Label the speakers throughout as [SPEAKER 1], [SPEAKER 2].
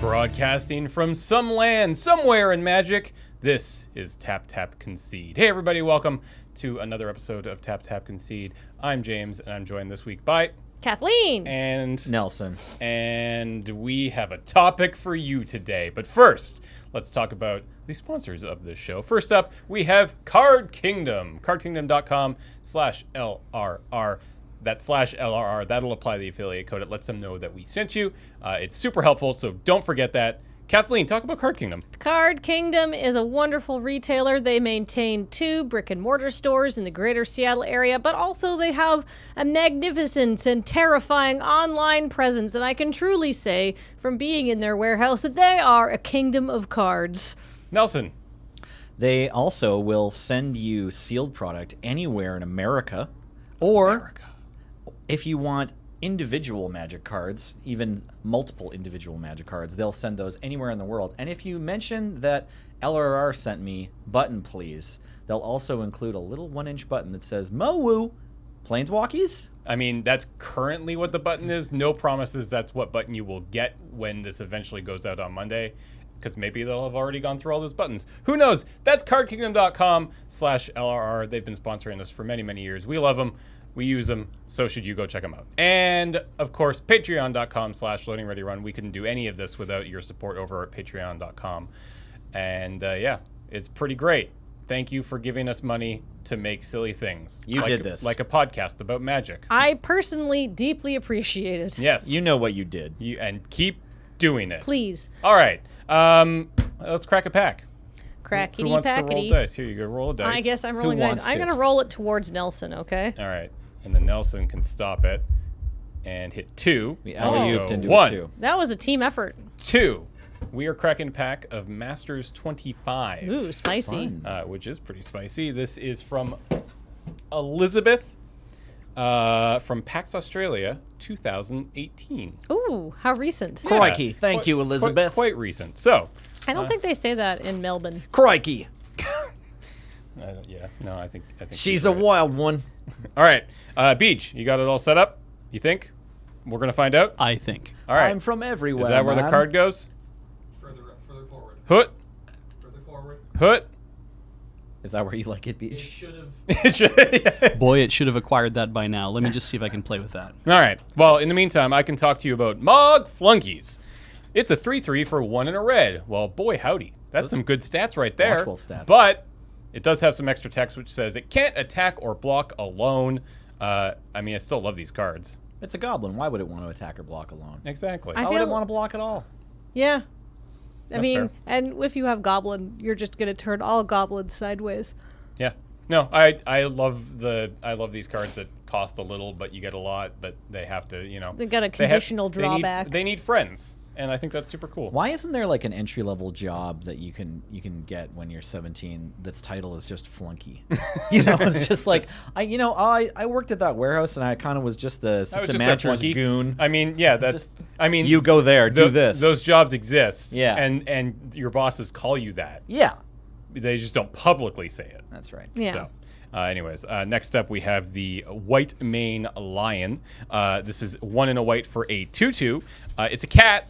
[SPEAKER 1] Broadcasting from some land, somewhere in magic, this is Tap Tap Concede. Hey, everybody, welcome to another episode of Tap Tap Concede. I'm James, and I'm joined this week by
[SPEAKER 2] Kathleen.
[SPEAKER 1] and
[SPEAKER 3] Nelson.
[SPEAKER 1] and we have a topic for you today. But first, let's talk about the sponsors of this show. First up, we have Card Kingdom. CardKingdom.com slash LRR. That slash LRR, that'll apply the affiliate code. It lets them know that we sent you. Uh, it's super helpful, so don't forget that. Kathleen, talk about Card Kingdom.
[SPEAKER 2] Card Kingdom is a wonderful retailer. They maintain two brick and mortar stores in the greater Seattle area, but also they have a magnificent and terrifying online presence. And I can truly say, from being in their warehouse, that they are a kingdom of cards.
[SPEAKER 1] Nelson,
[SPEAKER 3] They also will send you sealed product anywhere in America, or if you want individual magic cards, even multiple individual magic cards, they'll send those anywhere in the world. And if you mention that LRR sent me button, please, they'll also include a little one inch button that says Mowu Planeswalkies.
[SPEAKER 1] I mean, that's currently what the button is. No promises that's what button you will get when this eventually goes out on Monday, because maybe they'll have already gone through all those buttons. Who knows? That's cardkingdom.com slash LRR. They've been sponsoring us for many, many years. We love them. We use them. So should you go check them out. And, of course, patreon.com slash loading ready run. We couldn't do any of this without your support over at patreon.com. And, uh, yeah, it's pretty great. Thank you for giving us money to make silly things.
[SPEAKER 3] You
[SPEAKER 1] Like-
[SPEAKER 3] did this.
[SPEAKER 1] Like a podcast about magic.
[SPEAKER 2] I personally deeply appreciate it.
[SPEAKER 1] Yes.
[SPEAKER 3] You know what you did.
[SPEAKER 1] You and keep doing it.
[SPEAKER 2] Please,
[SPEAKER 1] All right. Um, let's crack a pack.
[SPEAKER 2] crackety
[SPEAKER 1] Who wants to roll
[SPEAKER 2] packety.
[SPEAKER 1] dice? Here you go. Roll a dice.
[SPEAKER 2] I guess I'm
[SPEAKER 3] Who
[SPEAKER 2] rolling dice.
[SPEAKER 3] wants
[SPEAKER 2] I'm
[SPEAKER 3] to?
[SPEAKER 2] going to roll it towards Nelson, okay?
[SPEAKER 1] All right. And then Nelson can stop it and hit two.
[SPEAKER 3] We
[SPEAKER 1] And we
[SPEAKER 3] alley-ooped
[SPEAKER 1] go
[SPEAKER 3] into
[SPEAKER 1] one,
[SPEAKER 3] it too.
[SPEAKER 2] That was a team effort.
[SPEAKER 1] Two. We are cracking a pack of Masters 25,
[SPEAKER 2] Ooh, spicy.
[SPEAKER 3] Fun.
[SPEAKER 1] uh, which is pretty spicy. This is from Elizabeth uh, from PAX Australia 2018.
[SPEAKER 2] Ooh, how recent.
[SPEAKER 3] Crikey.
[SPEAKER 1] Yeah.
[SPEAKER 3] Thank
[SPEAKER 1] Uh, Quite-
[SPEAKER 3] you,
[SPEAKER 1] quite-
[SPEAKER 3] Elizabeth.
[SPEAKER 1] quite recent. So,
[SPEAKER 2] I don't think they say that in Melbourne.
[SPEAKER 3] Crikey.
[SPEAKER 1] Uh, yeah, no, I think I think
[SPEAKER 3] She's
[SPEAKER 1] he's
[SPEAKER 3] a
[SPEAKER 1] right.
[SPEAKER 3] wild one.
[SPEAKER 1] All right, uh, Beach, you got it all set up. You think? We're gonna find out.
[SPEAKER 4] I think.
[SPEAKER 1] All right.
[SPEAKER 3] I'm from everywhere.
[SPEAKER 1] Is that where the
[SPEAKER 3] man.
[SPEAKER 1] card goes?
[SPEAKER 5] Further, up- further forward.
[SPEAKER 1] Hoot,
[SPEAKER 5] Further forward.
[SPEAKER 1] hoot.
[SPEAKER 3] Is that where you like it,
[SPEAKER 5] It
[SPEAKER 3] Beach?
[SPEAKER 5] should have.
[SPEAKER 4] Boy, it should have acquired that by now. Let me just see if I can play with that.
[SPEAKER 1] All right. Well, in the meantime, I can talk to you about Mog Flunkies. It's a three-three for one and a red. Well, boy, howdy, that's some good stats right there.
[SPEAKER 3] Watchful stats.
[SPEAKER 1] But it does have some extra text, which says it can't attack or block alone. Uh, I mean, I still love these cards.
[SPEAKER 3] It's a goblin. Why would it want to attack or block alone?
[SPEAKER 1] Exactly.
[SPEAKER 2] I
[SPEAKER 3] I
[SPEAKER 2] feel-
[SPEAKER 3] wouldn't want to block at all.
[SPEAKER 2] Yeah. I
[SPEAKER 1] That's
[SPEAKER 2] mean,
[SPEAKER 1] fair.
[SPEAKER 2] and if you have goblin, you're just gonna turn all goblins sideways.
[SPEAKER 1] Yeah. No, I I love the I love these cards that cost a little, but you get a lot. But they have to, you know.
[SPEAKER 2] They got a
[SPEAKER 1] have-
[SPEAKER 2] conditional
[SPEAKER 1] they need-
[SPEAKER 2] drawback.
[SPEAKER 1] They need, friends, and I think that's super cool.
[SPEAKER 3] Why isn't there like an entry level job that you can you can get when you're 17 that's title is just flunky? you know, it's just like I you know, I I worked at that warehouse and I kind of was just the
[SPEAKER 1] That was
[SPEAKER 3] system
[SPEAKER 1] just a
[SPEAKER 3] manager's
[SPEAKER 1] flunky.
[SPEAKER 3] goon.
[SPEAKER 1] I mean, yeah, that's.
[SPEAKER 3] Just-
[SPEAKER 1] I mean,
[SPEAKER 3] you go there, do
[SPEAKER 1] tho-
[SPEAKER 3] this.
[SPEAKER 1] Those jobs exist.
[SPEAKER 3] Yeah.
[SPEAKER 1] And and your bosses call you that.
[SPEAKER 3] yeah.
[SPEAKER 1] They just don't publicly say it.
[SPEAKER 3] That's right.
[SPEAKER 2] Yeah.
[SPEAKER 1] So, uh, anyways, uh, next up we have the White Mane Lion. Uh, this is one in a white for a 2 2. Uh, it's a cat,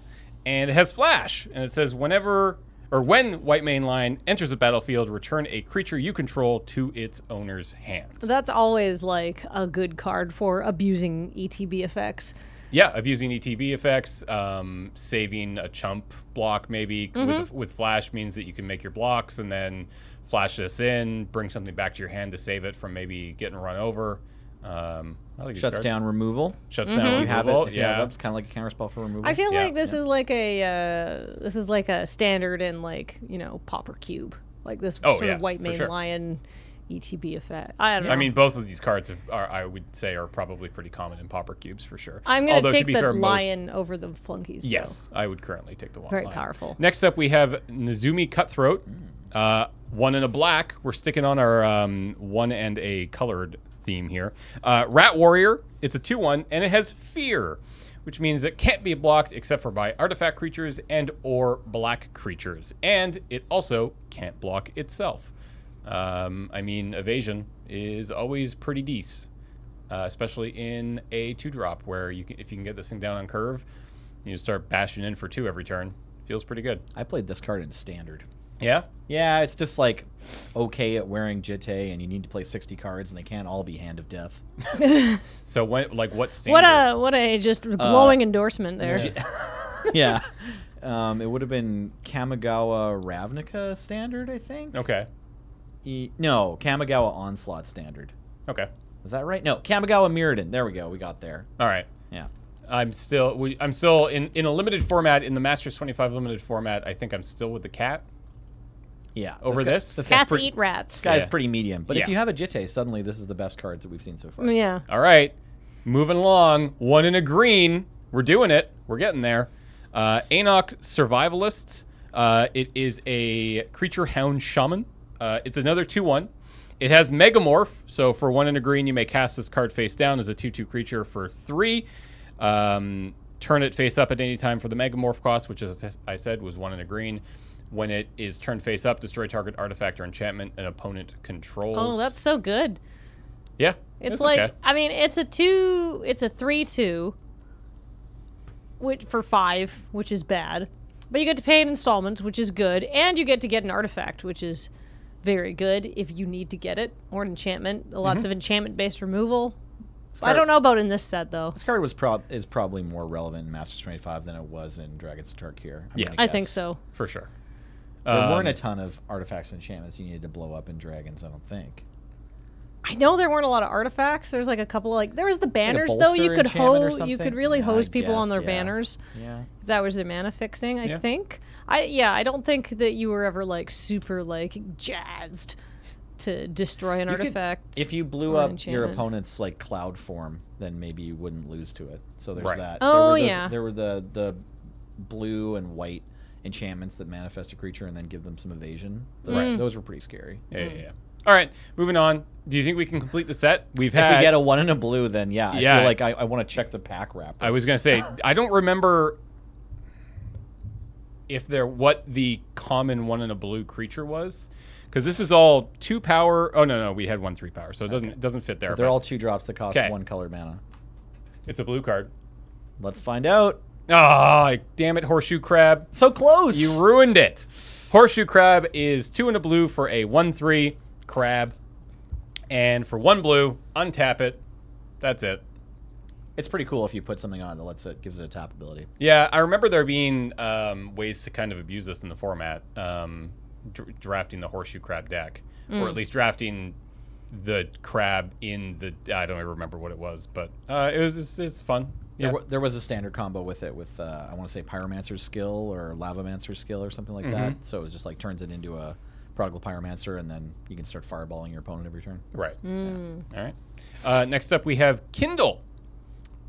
[SPEAKER 1] and it has flash. And it says, whenever or when White Mane Lion enters a battlefield, return a creature you control to its owner's hand.
[SPEAKER 2] That's always like a good card for abusing ETB effects.
[SPEAKER 1] Yeah, abusing ETB effects, um, saving a chump block maybe with, with flash means that you can make your blocks and then flash this in, bring something back to your hand to save it from maybe getting run over. Um, I like these
[SPEAKER 3] Shuts
[SPEAKER 1] cards.
[SPEAKER 3] down removal.
[SPEAKER 1] shuts
[SPEAKER 2] Mm-hmm.
[SPEAKER 1] down
[SPEAKER 3] If you have
[SPEAKER 1] removal,
[SPEAKER 3] it, if you
[SPEAKER 1] yeah.
[SPEAKER 3] have it, it's kind of like a counter spell for removal.
[SPEAKER 2] I feel
[SPEAKER 1] Yeah.
[SPEAKER 2] like this is like a uh, this is like a standard in like you know Popper Cube, like this
[SPEAKER 1] Oh,
[SPEAKER 2] sort
[SPEAKER 1] yeah,
[SPEAKER 2] of white
[SPEAKER 1] for
[SPEAKER 2] mane
[SPEAKER 1] sure.
[SPEAKER 2] lion ETB effect. I don't know.
[SPEAKER 1] I mean, both of these cards have, are, I would say, are probably pretty common in popper cubes for sure.
[SPEAKER 2] I'm gonna
[SPEAKER 1] Although,
[SPEAKER 2] take
[SPEAKER 1] to be
[SPEAKER 2] the
[SPEAKER 1] fair, most-
[SPEAKER 2] lion over the flunkies. though.
[SPEAKER 1] yes, I would currently take the one.
[SPEAKER 2] Very
[SPEAKER 1] lion.
[SPEAKER 2] powerful.
[SPEAKER 1] Next up, we have Nizumi Cutthroat, uh, one in a black. We're sticking on our um, one and a colored theme here. Uh, Rat Warrior. It's a two-one, and it has fear. Which means it can't be blocked except for by artifact creatures and or black creatures, and it also can't block itself. Um, I mean, evasion is always pretty decent uh, especially in a two drop where you can, if you can get this thing down on curve, you just start bashing in for two every turn. Feels pretty good.
[SPEAKER 3] I played this card in standard.
[SPEAKER 1] Yeah.
[SPEAKER 3] Yeah, it's just like okay at wearing Jite, and you need to play 60 cards, and they can't all be Hand of Death.
[SPEAKER 1] So when, like, what standard?
[SPEAKER 2] What uh, a what a just
[SPEAKER 1] Uh,
[SPEAKER 2] glowing endorsement there.
[SPEAKER 3] yeah. Um, it would have been Kamigawa Ravnica standard, I think.
[SPEAKER 1] Okay.
[SPEAKER 3] E- no, Kamigawa Onslaught standard.
[SPEAKER 1] Okay.
[SPEAKER 3] Is that right? No, Kamigawa Mirrodin. There we go. We got there.
[SPEAKER 1] All right.
[SPEAKER 3] Yeah.
[SPEAKER 1] I'm still we, I'm still in in a limited format in the Masters 25 limited format. I think I'm still with the cat.
[SPEAKER 3] Yeah.
[SPEAKER 1] Over
[SPEAKER 3] guy-
[SPEAKER 1] this?
[SPEAKER 3] guy's
[SPEAKER 2] Cats
[SPEAKER 3] pretty-
[SPEAKER 2] eat rats.
[SPEAKER 3] This guy's
[SPEAKER 1] Yeah.
[SPEAKER 3] pretty medium. But if
[SPEAKER 1] Yeah.
[SPEAKER 3] you have a Jite, suddenly this is the best cards that we've seen so far.
[SPEAKER 2] Yeah.
[SPEAKER 1] All right, moving along. One in a green. We're doing it. We're getting there. Uh, Anok Survivalists. Uh, it is a creature hound shaman. Uh, it's another 2 1. It has Megamorph. So for one in a green, you may cast this card face down as a 2 2 creature for three. Um, turn it face up at any time for the Megamorph cost, which, as I said, was one in a green. When it is turned face up, destroy target artifact or enchantment an opponent controls.
[SPEAKER 2] Oh, that's so good.
[SPEAKER 1] yeah.
[SPEAKER 2] It's
[SPEAKER 1] that's
[SPEAKER 2] like
[SPEAKER 1] okay.
[SPEAKER 2] I mean, it's a two, it's a three two, which for five, which is bad, but you get to pay in installments, which is good, and you get to get an artifact, which is very good if you need to get it, or an enchantment.
[SPEAKER 3] Mm-hmm.
[SPEAKER 2] Lots of enchantment based removal.
[SPEAKER 3] This
[SPEAKER 2] I
[SPEAKER 3] card-
[SPEAKER 2] don't know about in this set though.
[SPEAKER 3] This card was prob- is probably more relevant in Masters 25 than it was in Dragons of Tarkir. I'm
[SPEAKER 1] Yes.
[SPEAKER 3] gonna
[SPEAKER 2] I think
[SPEAKER 3] guess.
[SPEAKER 2] so.
[SPEAKER 1] for sure.
[SPEAKER 3] There
[SPEAKER 1] Um,
[SPEAKER 3] weren't a ton of artifacts and enchantments you needed to blow up in Dragons, I don't think.
[SPEAKER 2] I know there weren't a lot of artifacts. There's like a couple like there was the banners though.
[SPEAKER 3] bolster
[SPEAKER 2] You could
[SPEAKER 3] enchantment or
[SPEAKER 2] hose, you could
[SPEAKER 3] something?
[SPEAKER 2] really
[SPEAKER 3] Yeah, I
[SPEAKER 2] hose people on
[SPEAKER 3] guess,
[SPEAKER 2] their
[SPEAKER 3] yeah.
[SPEAKER 2] banners.
[SPEAKER 3] Yeah.
[SPEAKER 2] That was their mana fixing, I
[SPEAKER 1] Yeah.
[SPEAKER 2] think. I yeah, I don't think that you were ever like super like jazzed to destroy an
[SPEAKER 3] You could-
[SPEAKER 2] artifact.
[SPEAKER 3] If you blew
[SPEAKER 2] Or an
[SPEAKER 3] up your
[SPEAKER 2] enchantment.
[SPEAKER 3] opponent's like cloud form, then maybe you wouldn't lose to it. So there's
[SPEAKER 1] Right.
[SPEAKER 3] that.
[SPEAKER 2] Oh,
[SPEAKER 3] there were those-
[SPEAKER 2] yeah.
[SPEAKER 3] There were the the blue and white enchantments that manifest a creature and then give them some evasion. Those,
[SPEAKER 1] Right.
[SPEAKER 2] Hmm.
[SPEAKER 3] those were pretty scary.
[SPEAKER 1] Yeah, yeah, yeah. All right, moving on. Do you think we can complete the set? We've had.
[SPEAKER 3] If we get a one and a blue, then yeah, I
[SPEAKER 1] Yeah.
[SPEAKER 3] feel like I, I want to check the pack wrap.
[SPEAKER 1] I was gonna say I don't remember if there what the common one in a blue creature was, because this is all two power. Oh no, no, we had one three power, so it doesn't it doesn't fit there.
[SPEAKER 3] They're
[SPEAKER 1] but
[SPEAKER 3] all two drops that cost
[SPEAKER 1] Okay.
[SPEAKER 3] one colored mana.
[SPEAKER 1] It's a blue card.
[SPEAKER 3] Let's find out.
[SPEAKER 1] Ah, damn it, horseshoe crab.
[SPEAKER 3] So close.
[SPEAKER 1] You ruined it. Horseshoe crab is two in a blue for a one three crab, and for one blue, untap it. That's it.
[SPEAKER 3] it's pretty cool if you put something on that lets it gives it a tap ability.
[SPEAKER 1] Yeah, I remember there being um, ways to kind of abuse this in the format, um, dr- drafting the horseshoe crab deck, or at least drafting the crab in the. I don't even remember what it was, but uh, it was it's, it's fun.
[SPEAKER 3] There,
[SPEAKER 1] Yeah.
[SPEAKER 3] wa- there was a standard combo with it with uh, I want to say pyromancer's skill or lavamancer's skill or something like that. So it just like turns it into a prodigal pyromancer, and then you can start fireballing your opponent every turn.
[SPEAKER 1] Right. All right. Uh, next up, we have Kindle.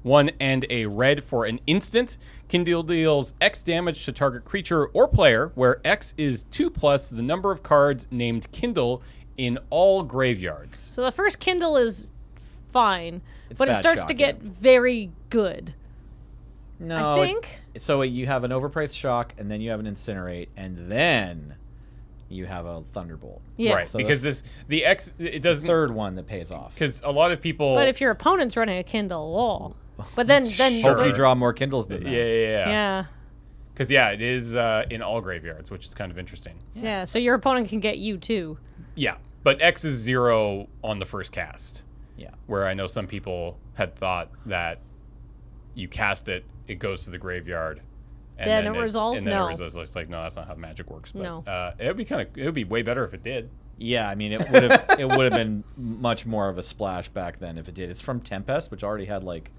[SPEAKER 1] One and a red for an instant. Kindle deals X damage to target creature or player, where X is 2 plus the number of cards named Kindle in all graveyards.
[SPEAKER 2] so the first Kindle is fine, but it
[SPEAKER 3] bad
[SPEAKER 2] starts
[SPEAKER 3] shock,
[SPEAKER 2] to
[SPEAKER 3] yeah.
[SPEAKER 2] get very good.
[SPEAKER 3] No,
[SPEAKER 2] I
[SPEAKER 3] Oh, it-
[SPEAKER 2] think
[SPEAKER 3] so. You have an overpriced shock, and then you have an incinerate, and then you have a thunderbolt.
[SPEAKER 2] yeah.
[SPEAKER 1] Right.
[SPEAKER 3] So
[SPEAKER 1] because this the X it
[SPEAKER 3] It's
[SPEAKER 1] doesn't
[SPEAKER 3] the third one that pays off.
[SPEAKER 1] because a lot of people
[SPEAKER 2] But if your opponent's running a Kindle, wall, but then then
[SPEAKER 1] Sure.
[SPEAKER 3] Hope
[SPEAKER 2] but-
[SPEAKER 3] you draw more kindles than that.
[SPEAKER 1] yeah, yeah, yeah.
[SPEAKER 2] yeah.
[SPEAKER 1] Because yeah. it is uh, in all graveyards, which is kind of interesting.
[SPEAKER 2] yeah, So your opponent can get you too.
[SPEAKER 1] Yeah, but X is zero on the first cast.
[SPEAKER 3] yeah.
[SPEAKER 1] where I know some people had thought that you cast it, it goes to the graveyard. And
[SPEAKER 2] Then it resolves?
[SPEAKER 1] And then
[SPEAKER 2] No.
[SPEAKER 1] it resolves. It's like, no, that's not how magic works. But,
[SPEAKER 2] No.
[SPEAKER 1] Uh, it would be kind of, it would be way better if it did.
[SPEAKER 3] Yeah, I mean it would have it would have been much more of a splash back then if it did. It's from Tempest, which already had like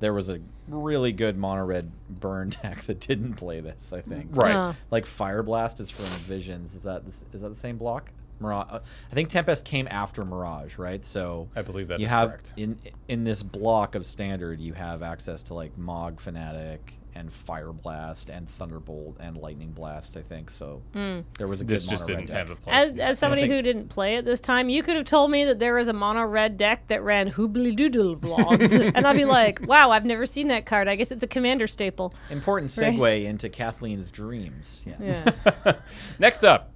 [SPEAKER 3] there was a really good mono red burn deck that didn't play this. I think
[SPEAKER 1] Right.
[SPEAKER 2] Uh,
[SPEAKER 3] like Fire Blast is from Visions. Is that the s- is that the same block? Mirage. uh, I think Tempest came after Mirage, right? So
[SPEAKER 1] I believe that
[SPEAKER 3] you
[SPEAKER 1] is
[SPEAKER 3] have
[SPEAKER 1] correct.
[SPEAKER 3] in in this block of standard, you have access to like Mog Fanatic and Fire Blast and Thunderbolt and Lightning Blast. I think so. There was a
[SPEAKER 1] This
[SPEAKER 3] good
[SPEAKER 1] just didn't
[SPEAKER 3] mono-red deck.
[SPEAKER 1] have a place.
[SPEAKER 2] As, as somebody who didn't play it this time, you could have told me that there was a mono red deck that ran hoobly doodle blobs. and I'd be like, wow, I've never seen that card. I guess it's a commander staple.
[SPEAKER 3] Important
[SPEAKER 2] Right.
[SPEAKER 3] segue into Kathleen's dreams. Yeah.
[SPEAKER 2] Yeah.
[SPEAKER 1] Next up,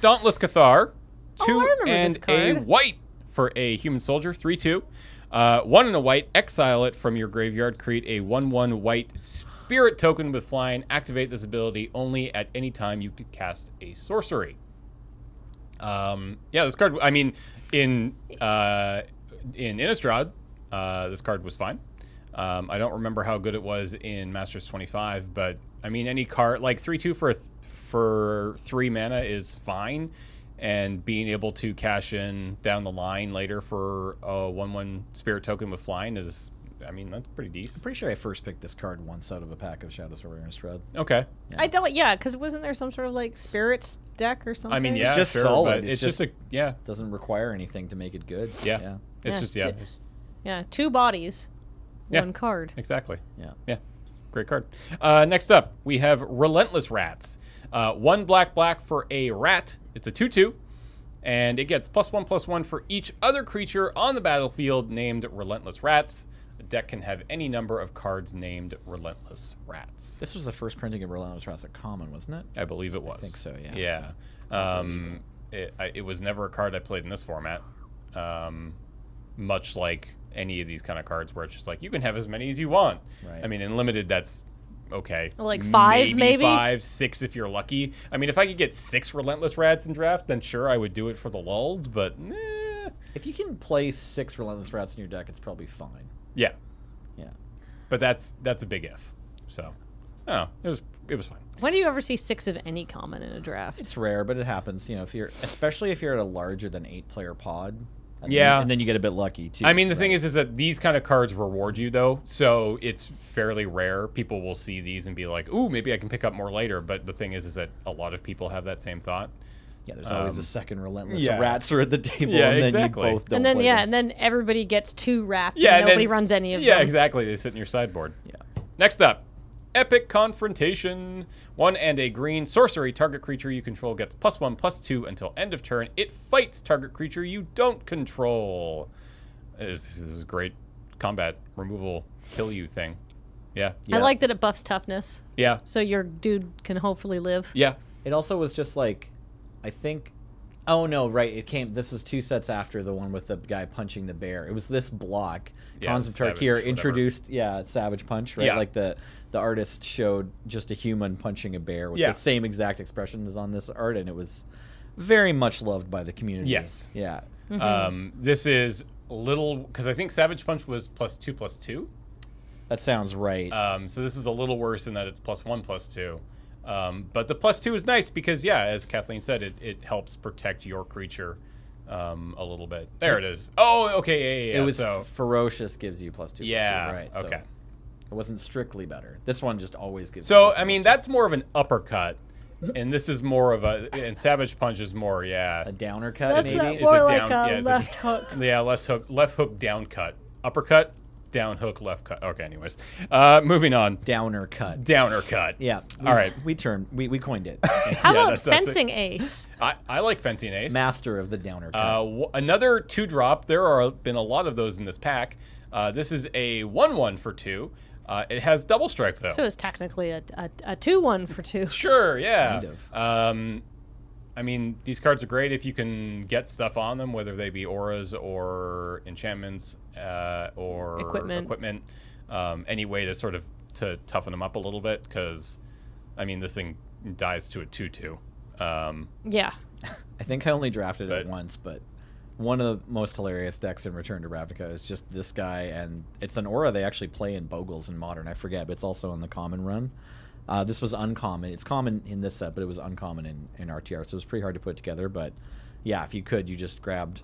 [SPEAKER 1] Dauntless Cathar,
[SPEAKER 2] Oh, I
[SPEAKER 1] two
[SPEAKER 2] remember this
[SPEAKER 1] and a
[SPEAKER 2] card.
[SPEAKER 1] white for a human soldier, three two. Uh, one and a white, exile it from your graveyard, create a one one white Spirit token with flying. Activate this ability only at any time you could cast a sorcery. Um, yeah, this card. I mean, in uh, in Innistrad, uh, this card was fine. Um, I don't remember how good it was in Masters 25, but I mean, any card like three two for a th- for three mana is fine, and being able to cash in down the line later for a one one spirit token with flying is, I mean, that's pretty decent.
[SPEAKER 3] Pretty sure I first picked this card once out of a pack of Shadows over Innistrad.
[SPEAKER 1] Okay,
[SPEAKER 2] I don't. Yeah, because wasn't there some sort of like spirits deck or something?
[SPEAKER 1] I mean, yeah,
[SPEAKER 3] just
[SPEAKER 1] sure,
[SPEAKER 3] solid.
[SPEAKER 1] but
[SPEAKER 3] It's
[SPEAKER 1] It's, just,
[SPEAKER 3] just-
[SPEAKER 1] a yeah,
[SPEAKER 3] Doesn't require anything to make it good.
[SPEAKER 1] yeah,
[SPEAKER 3] Yeah.
[SPEAKER 1] It's
[SPEAKER 2] Yeah,
[SPEAKER 1] just yeah,
[SPEAKER 2] d- Yeah, two bodies,
[SPEAKER 1] Yeah.
[SPEAKER 2] one card.
[SPEAKER 1] exactly.
[SPEAKER 3] Yeah.
[SPEAKER 1] Yeah, great card. Uh, next up, we have Relentless Rats. Uh, one black black for a rat. It's a 2 2, and it gets plus one plus one for each other creature on the battlefield named Relentless Rats. A deck can have any number of cards named Relentless Rats.
[SPEAKER 3] This was the first printing of Relentless Rats at Common, wasn't it?
[SPEAKER 1] I believe it was.
[SPEAKER 3] think so, yeah,
[SPEAKER 1] Yeah. Um, it, I, it was never a card I played in this format, um, much like any of these kind of cards where it's just like you can have as many as you want.
[SPEAKER 3] Right.
[SPEAKER 1] I mean, in limited, that's okay.
[SPEAKER 2] Like five, maybe?
[SPEAKER 1] five, six if you're lucky. I mean, if I could get six relentless rats in draft, then sure, I would do it for the lulls. But eh.
[SPEAKER 3] If you can play six Relentless Rats in your deck, it's probably fine.
[SPEAKER 1] yeah,
[SPEAKER 3] Yeah.
[SPEAKER 1] but that's that's a big if. So, oh, it was it was fine.
[SPEAKER 2] When do you ever see six of any common in a draft?
[SPEAKER 3] It's rare, but it happens. You know, if you're especially if you're at a larger than eight player pod. And
[SPEAKER 1] Yeah.
[SPEAKER 3] Then, and then you get a bit lucky too.
[SPEAKER 1] I mean, the thing
[SPEAKER 3] right?
[SPEAKER 1] is, is that these kind of cards reward you though, so it's fairly rare. People will see these and be like, "Ooh, maybe I can pick up more later." But the thing is, is that a lot of people have that same thought.
[SPEAKER 3] yeah, there's always
[SPEAKER 1] um,
[SPEAKER 3] a second Relentless
[SPEAKER 1] yeah.
[SPEAKER 3] Rats are at the table,
[SPEAKER 1] Yeah,
[SPEAKER 3] and then
[SPEAKER 1] exactly.
[SPEAKER 3] you both don't.
[SPEAKER 2] and then
[SPEAKER 3] play
[SPEAKER 2] yeah,
[SPEAKER 3] them.
[SPEAKER 2] and then everybody gets two rats.
[SPEAKER 1] yeah,
[SPEAKER 2] and
[SPEAKER 1] and
[SPEAKER 2] nobody
[SPEAKER 1] then-
[SPEAKER 2] runs any of
[SPEAKER 1] yeah,
[SPEAKER 2] them.
[SPEAKER 1] exactly. They sit in your sideboard.
[SPEAKER 3] Yeah.
[SPEAKER 1] Next up, Epic Confrontation. One and a green sorcery target creature you control gets plus one, plus two until end of turn. It fights target creature you don't control. This is a great combat removal kill you thing. Yeah,
[SPEAKER 2] I
[SPEAKER 3] Yeah.
[SPEAKER 2] like that it buffs toughness,
[SPEAKER 1] yeah,
[SPEAKER 2] so your dude can hopefully live.
[SPEAKER 1] yeah.
[SPEAKER 3] It also was just like, I think. Oh no! Right, it came. This is two sets after the one with the guy punching the bear. It was this block.
[SPEAKER 1] Yeah,
[SPEAKER 3] Hans of
[SPEAKER 1] Savage,
[SPEAKER 3] Tarkir
[SPEAKER 1] whatever.
[SPEAKER 3] introduced, yeah, Savage Punch, right?
[SPEAKER 1] Yeah.
[SPEAKER 3] Like the the artist showed just a human punching a bear with
[SPEAKER 1] Yeah.
[SPEAKER 3] the same exact expression as on this art, and it was very much loved by the community.
[SPEAKER 1] Yes.
[SPEAKER 3] Yeah.
[SPEAKER 1] Um, this is little because I think Savage Punch was plus two plus two.
[SPEAKER 3] That sounds right.
[SPEAKER 1] Um, so this is a little worse in that it's plus one plus two. Um, but the plus two is nice because yeah, as Kathleen said, it, it helps protect your creature um, a little bit. There it is. Oh, okay, yeah, yeah.
[SPEAKER 3] it
[SPEAKER 1] yeah.
[SPEAKER 3] was
[SPEAKER 1] so
[SPEAKER 3] ferocious. Gives you plus two.
[SPEAKER 1] yeah,
[SPEAKER 3] Plus two, right.
[SPEAKER 1] okay.
[SPEAKER 3] So it wasn't strictly better. This one just always gives. you
[SPEAKER 1] So
[SPEAKER 3] plus
[SPEAKER 1] I mean,
[SPEAKER 3] plus two.
[SPEAKER 1] that's more of an uppercut, and this is more of a and Savage Punch is more yeah.
[SPEAKER 3] a downer cut.
[SPEAKER 2] That's
[SPEAKER 3] maybe
[SPEAKER 2] not-
[SPEAKER 1] It's
[SPEAKER 2] More
[SPEAKER 1] a
[SPEAKER 2] like
[SPEAKER 1] down,
[SPEAKER 2] a
[SPEAKER 1] yeah, it's
[SPEAKER 2] left hook.
[SPEAKER 1] Yeah, left hook, left hook, down cut, uppercut, down hook, left cut. Okay, anyways, uh, moving on.
[SPEAKER 3] downer cut.
[SPEAKER 1] downer cut.
[SPEAKER 3] Yeah. we-
[SPEAKER 1] All right.
[SPEAKER 3] We turned. We, we coined it.
[SPEAKER 2] How
[SPEAKER 1] Yeah,
[SPEAKER 2] about
[SPEAKER 1] that's- that's it.
[SPEAKER 2] fencing ace?
[SPEAKER 1] I, I like fencing ace.
[SPEAKER 3] Master of the downer cut.
[SPEAKER 1] Uh, w- another two drop. There are been a lot of those in this pack. Uh, this is a one one for two. Uh, it has double strike though.
[SPEAKER 2] So it's technically a, a, a two one for two.
[SPEAKER 1] sure. Yeah.
[SPEAKER 3] Kind of.
[SPEAKER 1] Um, I mean, these cards are great if you can get stuff on them, whether they be auras or enchantments uh, or
[SPEAKER 2] Equipment.
[SPEAKER 1] Equipment. Um, any way to sort of to toughen them up a little bit, because I mean, this thing dies to a two two. Um,
[SPEAKER 2] Yeah.
[SPEAKER 3] I think I only drafted
[SPEAKER 1] but-
[SPEAKER 3] it once, but one of the most hilarious decks in Return to Ravnica is just this guy, and it's an aura they actually play in Bogles in Modern. I forget, but it's also in the common run. Uh, this was uncommon. It's common in this set, but it was uncommon in, in RTR, so it was pretty hard to put together. But yeah, if you could, you just grabbed